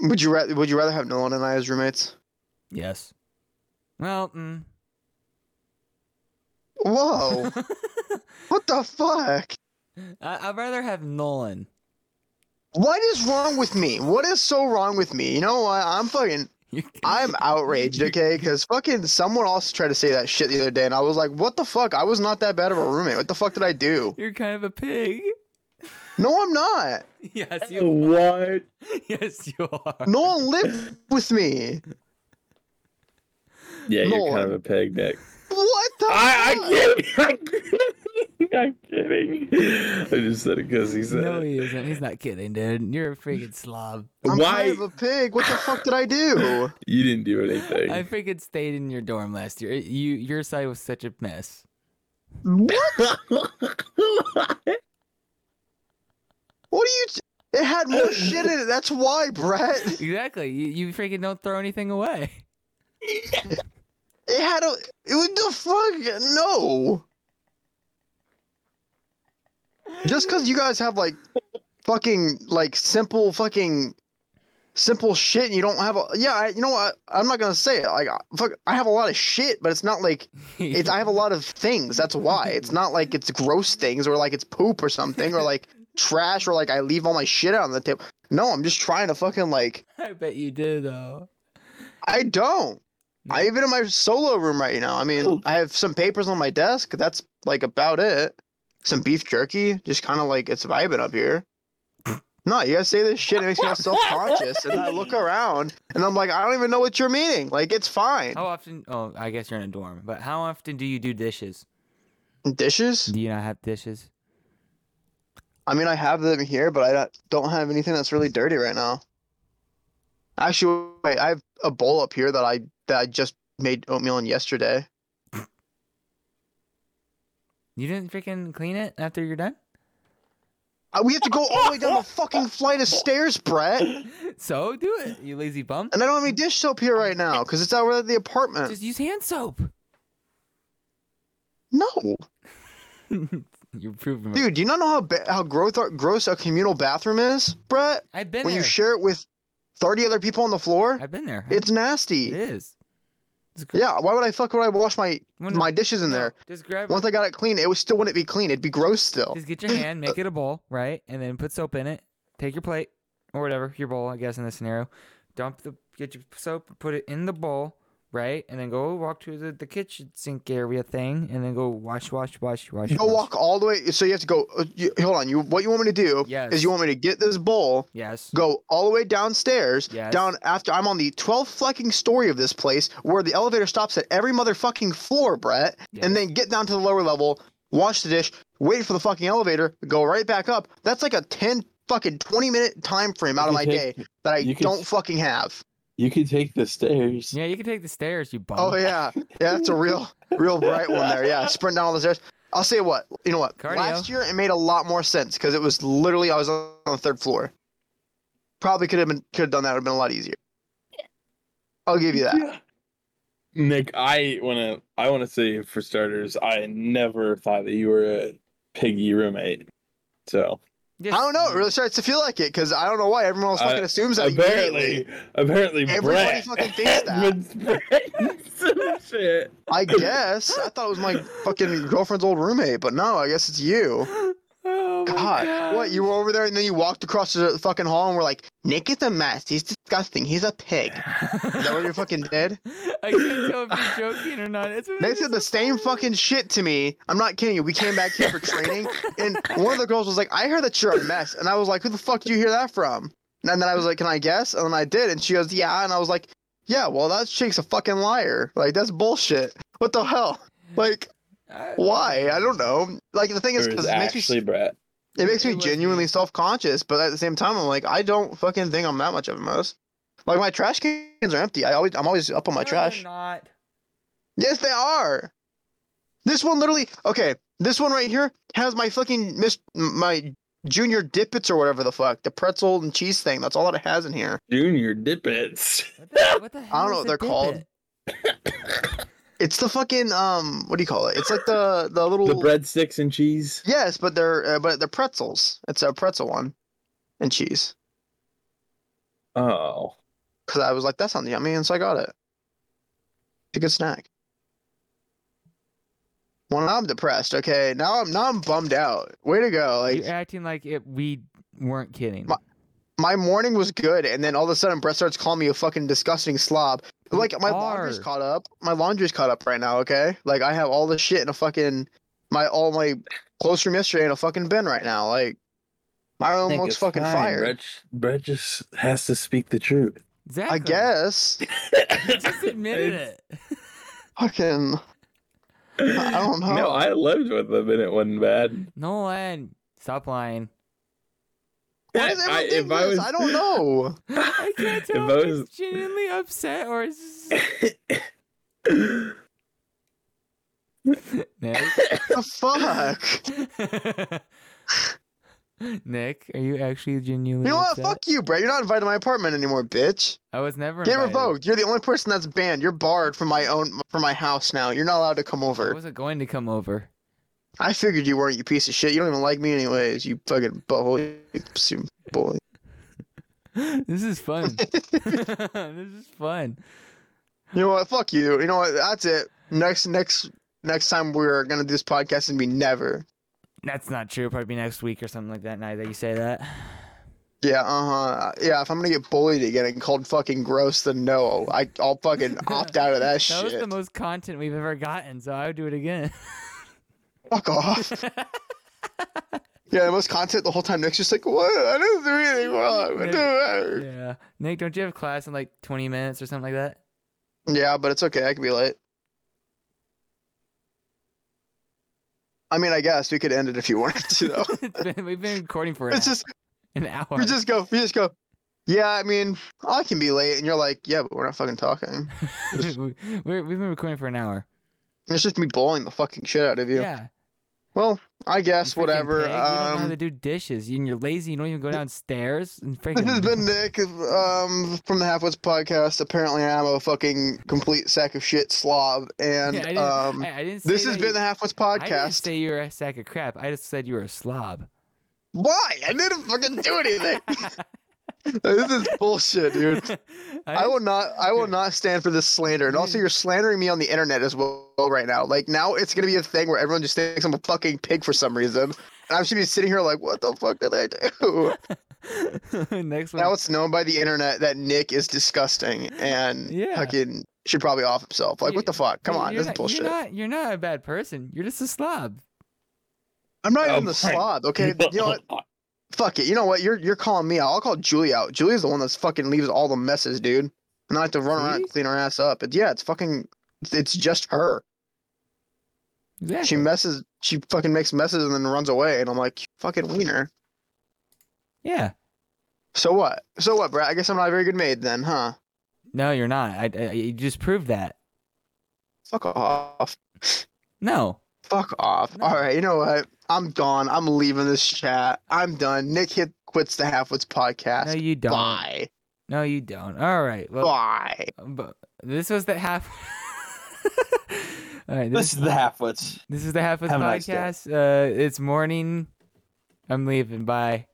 Speaker 3: Would you rather Would you rather have Nolan and I as roommates?
Speaker 2: Yes. Well, mm,
Speaker 3: Whoa! what the fuck?
Speaker 2: I, I'd rather have Nolan.
Speaker 3: What is wrong with me? What is so wrong with me? You know what? I'm fucking. I'm outraged, okay? Because fucking someone else tried to say that shit the other day, and I was like, what the fuck? I was not that bad of a roommate. What the fuck did I do?
Speaker 2: You're kind of a pig.
Speaker 3: No, I'm not.
Speaker 2: Yes, you.
Speaker 1: what
Speaker 2: Yes, you are.
Speaker 3: No one lived with me.
Speaker 1: yeah you're
Speaker 3: Nolan.
Speaker 1: kind of a pig dick
Speaker 3: What the
Speaker 1: I,
Speaker 3: fuck?
Speaker 1: I can't. I'm kidding. I just said it because he said
Speaker 2: No,
Speaker 1: it.
Speaker 2: he isn't. He's not kidding, dude. You're a freaking slob.
Speaker 3: I'm
Speaker 1: Why
Speaker 3: kind of a pig. What the fuck did I do?
Speaker 1: you didn't do anything?
Speaker 2: I freaking stayed in your dorm last year. It- You, your side was such a mess.
Speaker 3: What do you? T- it had more shit in it. That's why, Brett.
Speaker 2: Exactly. You, you freaking don't throw anything away.
Speaker 3: It had a. It was the fuck. No. Just because you guys have like fucking like simple fucking simple shit and you don't have a yeah I, you know what i'm not gonna say it like I- fuck i have a lot of shit but it's not like it's i have a lot of things that's why it's not like it's gross things or like it's poop or something or like trash or like i leave all my shit out on the table no i'm just trying to fucking like
Speaker 2: I bet you do though.
Speaker 3: I don't. I even in my solo room right now. I mean, I have some papers on my desk. That's like about it. Some beef jerky, just kind of like it's vibing up here. No, you guys say this shit. It makes me all self conscious, and I look around, and I'm like, I don't even know what you're meaning. Like it's fine.
Speaker 2: How often? Oh, I guess you're in a dorm. But how often do you do dishes?
Speaker 3: Dishes.
Speaker 2: Do you not have dishes?
Speaker 3: I mean, I have them here, but I don't- don't have anything that's really dirty right now. Actually, wait, I have a bowl up here that I that I just made oatmeal in yesterday.
Speaker 2: You didn't freaking clean it after you're done.
Speaker 3: Uh, We have to go all the way down the fucking flight of stairs, Brett.
Speaker 2: So do it, you lazy bum.
Speaker 3: And I don't have any dish soap here right now because it's over at the apartment.
Speaker 2: Just use hand soap.
Speaker 3: No,
Speaker 2: You're proving.
Speaker 3: dude, do you not know how ba- how growth gross a communal bathroom is, Brett?
Speaker 2: I've been
Speaker 3: When
Speaker 2: there.
Speaker 3: you share it with thirty other people on the floor,
Speaker 2: I've been there.
Speaker 3: it's
Speaker 2: it
Speaker 3: nasty.
Speaker 2: is. It's gr-
Speaker 3: Yeah, why would I fuck would I wash my
Speaker 2: When-
Speaker 3: my dishes in
Speaker 2: no,
Speaker 3: there?
Speaker 2: Just grab.
Speaker 3: Once I got it clean, it would still wouldn't be clean. It'd be gross still.
Speaker 2: Just get your hand, make it a bowl, right? And then put soap in it. Take your plate or whatever, your bowl, I guess, in this scenario. Dump the, get your soap, put it in the bowl, right? And then go walk to the, the kitchen sink area thing and then go wash, wash, wash, wash.
Speaker 3: Go
Speaker 2: wash.
Speaker 3: walk all the way. So you have to go. uh, You, hold on. You what you want me to do
Speaker 2: Yes.
Speaker 3: is you want me to get this bowl,
Speaker 2: Yes.
Speaker 3: go all the way downstairs.
Speaker 2: Yes.
Speaker 3: Down after I'm on the 12th fucking story of this place where the elevator stops at every motherfucking floor, Brett.
Speaker 2: Yes.
Speaker 3: And then get down to the lower level, wash the dish, wait for the fucking elevator, go right back up. That's like a 10 fucking 20 minute time frame out of
Speaker 4: You
Speaker 3: my day
Speaker 4: take-
Speaker 3: that I
Speaker 4: you can-
Speaker 3: don't fucking have.
Speaker 4: You can take the stairs.
Speaker 2: Yeah, you can take the stairs, you bum.
Speaker 3: Oh yeah, yeah, that's a real, real bright one there. Yeah, sprint down all the stairs. I'll say what you know what.
Speaker 2: Cardio.
Speaker 3: Last year it made a lot more sense because it was literally I was on the third floor. Probably could have been could have done that. Would have been a lot easier. I'll give you that.
Speaker 1: Nick, I wanna I wanna say for starters, I never thought that you were a piggy roommate. So
Speaker 2: Just-
Speaker 3: I don't know. It really starts to feel like it because I don't know why everyone else
Speaker 1: Uh,
Speaker 3: fucking assumes that.
Speaker 1: apparently
Speaker 3: immediately.
Speaker 1: apparently
Speaker 3: Everybody
Speaker 1: Brett
Speaker 3: fucking thinks that.
Speaker 1: that. some shit.
Speaker 3: I guess I thought it was my fucking girlfriend's old roommate, but no, I guess it's you.
Speaker 2: Oh my
Speaker 3: God. What, you were over there and then you walked across the fucking hall and were like, Nick is a mess. He's disgusting. He's a pig. Is that what you fucking did?
Speaker 2: I can't tell if you're joking or not. It's
Speaker 3: They said the same fucking shit to me. I'm not kidding you. We came back here for training, and one of the girls was like, "I heard that you're a mess," and I was like, "Who the fuck do you hear that from?" And then I was like, "Can I guess?" And then I did, and she goes, "Yeah," and I was like, "Yeah, well that chick's a fucking liar. Like that's bullshit. What the hell? Like
Speaker 2: I-
Speaker 3: why? I don't know. Like the thing is,
Speaker 1: It was
Speaker 3: because it makes
Speaker 1: actually
Speaker 3: me
Speaker 1: Brett.
Speaker 3: it makes me
Speaker 2: It was-
Speaker 3: genuinely self conscious, but at the same time, I'm like, I don't fucking think I'm that much of a mess. Like my trash cans are empty. I always I'm always up on Oh, my
Speaker 2: No, they're
Speaker 3: trash.
Speaker 2: Not.
Speaker 3: Yes, they are. This one literally. Okay, this one right here has my fucking mis- my junior dippets or whatever the fuck, the pretzel and cheese thing. That's all that it has in here.
Speaker 1: Junior Dippets.
Speaker 2: What the, what the hell
Speaker 3: know
Speaker 2: is
Speaker 3: what
Speaker 2: a
Speaker 3: they're called.
Speaker 2: dippet?
Speaker 3: It's the fucking um, what do you call it? It's like the the little
Speaker 1: The breadsticks and cheese.
Speaker 3: Yes, but they're uh, but they're pretzels. It's a pretzel one, and cheese.
Speaker 1: Oh.
Speaker 3: Cause I was like, that sounds yummy, and so I got it. It's a good snack. Well, now I'm depressed. Okay, now I'm now I'm bummed out. Way to go! Like
Speaker 2: You're acting like it, we weren't kidding.
Speaker 3: My- my morning was good, and then all of a sudden Brett starts calling me a fucking disgusting slob.
Speaker 2: You
Speaker 3: Like my laundry's
Speaker 2: are.
Speaker 3: caught up. My laundry's caught up right now. Okay, like I have all the shit in a fucking my all my clothes from yesterday in a fucking bin right now. Like my room looks fucking fire.
Speaker 1: Brett, Brett just has to speak the truth.
Speaker 2: exactly.
Speaker 3: I guess
Speaker 2: You just admitted it.
Speaker 3: fucking I don't know.
Speaker 1: No, I lived with them and it wasn't bad.
Speaker 2: Nolan, stop lying.
Speaker 3: Why does everyone
Speaker 1: I-
Speaker 3: think this? I don't know.
Speaker 2: I can't
Speaker 1: If
Speaker 2: tell
Speaker 1: I
Speaker 2: if
Speaker 1: was-
Speaker 2: it's genuinely upset or it's Nick.
Speaker 3: the fuck?
Speaker 2: Nick, are you actually genuinely
Speaker 3: You know what?
Speaker 2: upset?
Speaker 3: Fuck you, bro. You're not invited to my apartment anymore, bitch.
Speaker 2: I was never
Speaker 3: Get
Speaker 2: invited.
Speaker 3: revoked. You're the only person that's banned. You're barred from my own from my house now. You're not allowed to come
Speaker 2: I
Speaker 3: over.
Speaker 2: wasn't going to come over.
Speaker 3: I figured you weren't, you piece of shit. You don't even like me anyways. You fucking butthole. You stupid boy.
Speaker 2: this is fun. this is fun.
Speaker 3: You know what? Fuck you. You know what? That's it. Next, next, next time we're gonna do this podcast and be never.
Speaker 2: That's not true. Probably next week or something like that. Now that you say that,
Speaker 3: Yeah, uh huh. Yeah, if I'm gonna get bullied again and called fucking gross, then no, I I'll fucking opt out of that,
Speaker 2: that was
Speaker 3: shit.
Speaker 2: the most content we've ever gotten. So I would do it again.
Speaker 3: Fuck off. yeah, the most content the whole time. Nick's just like, what? I didn't do anything wrong. What the
Speaker 2: yeah, Nick, don't you have class in like 20 minutes or something like that?
Speaker 3: heck?" Yeah, but it's okay. I can be late. I mean, I guess we could end it if you wanted to, though.
Speaker 2: It's been- we've been recording for an,
Speaker 3: it's
Speaker 2: hou-
Speaker 3: just
Speaker 2: an hour.
Speaker 3: We just go. We just go. Yeah, I mean, I can be late, and you're like, yeah, but we're not fucking talking.
Speaker 2: we, we're, we've been recording for an hour.
Speaker 3: It's just me blowing the fucking shit out of you.
Speaker 2: Yeah.
Speaker 3: Well, I guess
Speaker 2: You freaking
Speaker 3: whatever.
Speaker 2: pig, you don't know how to
Speaker 3: Um,
Speaker 2: do dishes. You, and you're lazy. You don't even go downstairs. And
Speaker 3: this has
Speaker 2: freaking.
Speaker 3: been Nick um, from the Halfwoods podcast. Apparently, I'm a fucking complete sack of shit slob, and
Speaker 2: Yeah, I didn't-
Speaker 3: um,
Speaker 2: I, I didn't say
Speaker 3: this has
Speaker 2: that
Speaker 3: been
Speaker 2: you,
Speaker 3: the Halfwoods
Speaker 2: I didn't
Speaker 3: podcast.
Speaker 2: say you were a sack of crap. I just said you were a slob.
Speaker 3: Why? I didn't fucking do anything. this is bullshit, dude. I will not. I will not stand for this slander. And also, you're slandering me on the internet as well right now. Like now, it's gonna be a thing where everyone just thinks I'm a fucking pig for some reason, and I'm just be sitting here like, what the fuck did I do?
Speaker 2: Next one.
Speaker 3: now it's known by the internet that Nick is disgusting and
Speaker 2: Yeah.
Speaker 3: fucking should probably off himself. Like,
Speaker 2: You-
Speaker 3: what the fuck? Come
Speaker 2: You're-
Speaker 3: on,
Speaker 2: you're
Speaker 3: this is
Speaker 2: not,
Speaker 3: bullshit.
Speaker 2: You're not, you're not a bad person. You're just a slob.
Speaker 3: I'm not
Speaker 1: Oh
Speaker 3: even the
Speaker 1: my
Speaker 3: slob. Okay, you know what? Fuck it. You know what? You're you're calling me out. I'll call Julie out. Julie's the one that's fucking leaves all the messes, dude. And I have to run around
Speaker 2: Really?
Speaker 3: and clean her ass up. But yeah, it's fucking. It's just her.
Speaker 2: Exactly.
Speaker 3: she messes she fucking makes messes and then runs away and i'm like "You fucking wiener
Speaker 2: yeah.
Speaker 3: so what so what brad i guess i'm not a very good maid then huh
Speaker 2: No, you're not. I, I you just proved that.
Speaker 3: fuck off
Speaker 2: No.
Speaker 3: fuck off
Speaker 2: No.
Speaker 3: all right you know what i'm gone i'm leaving this chat i'm done nick hit quits the halfwoods podcast
Speaker 2: No, you don't.
Speaker 3: bye
Speaker 2: No, you don't. All right. Well,
Speaker 3: bye
Speaker 2: but this was the half. All right. This,
Speaker 4: This is the halfwoods.
Speaker 2: This is the Half of
Speaker 4: Have a nice day.
Speaker 2: Podcast. uh, it's morning. I'm leaving. Bye.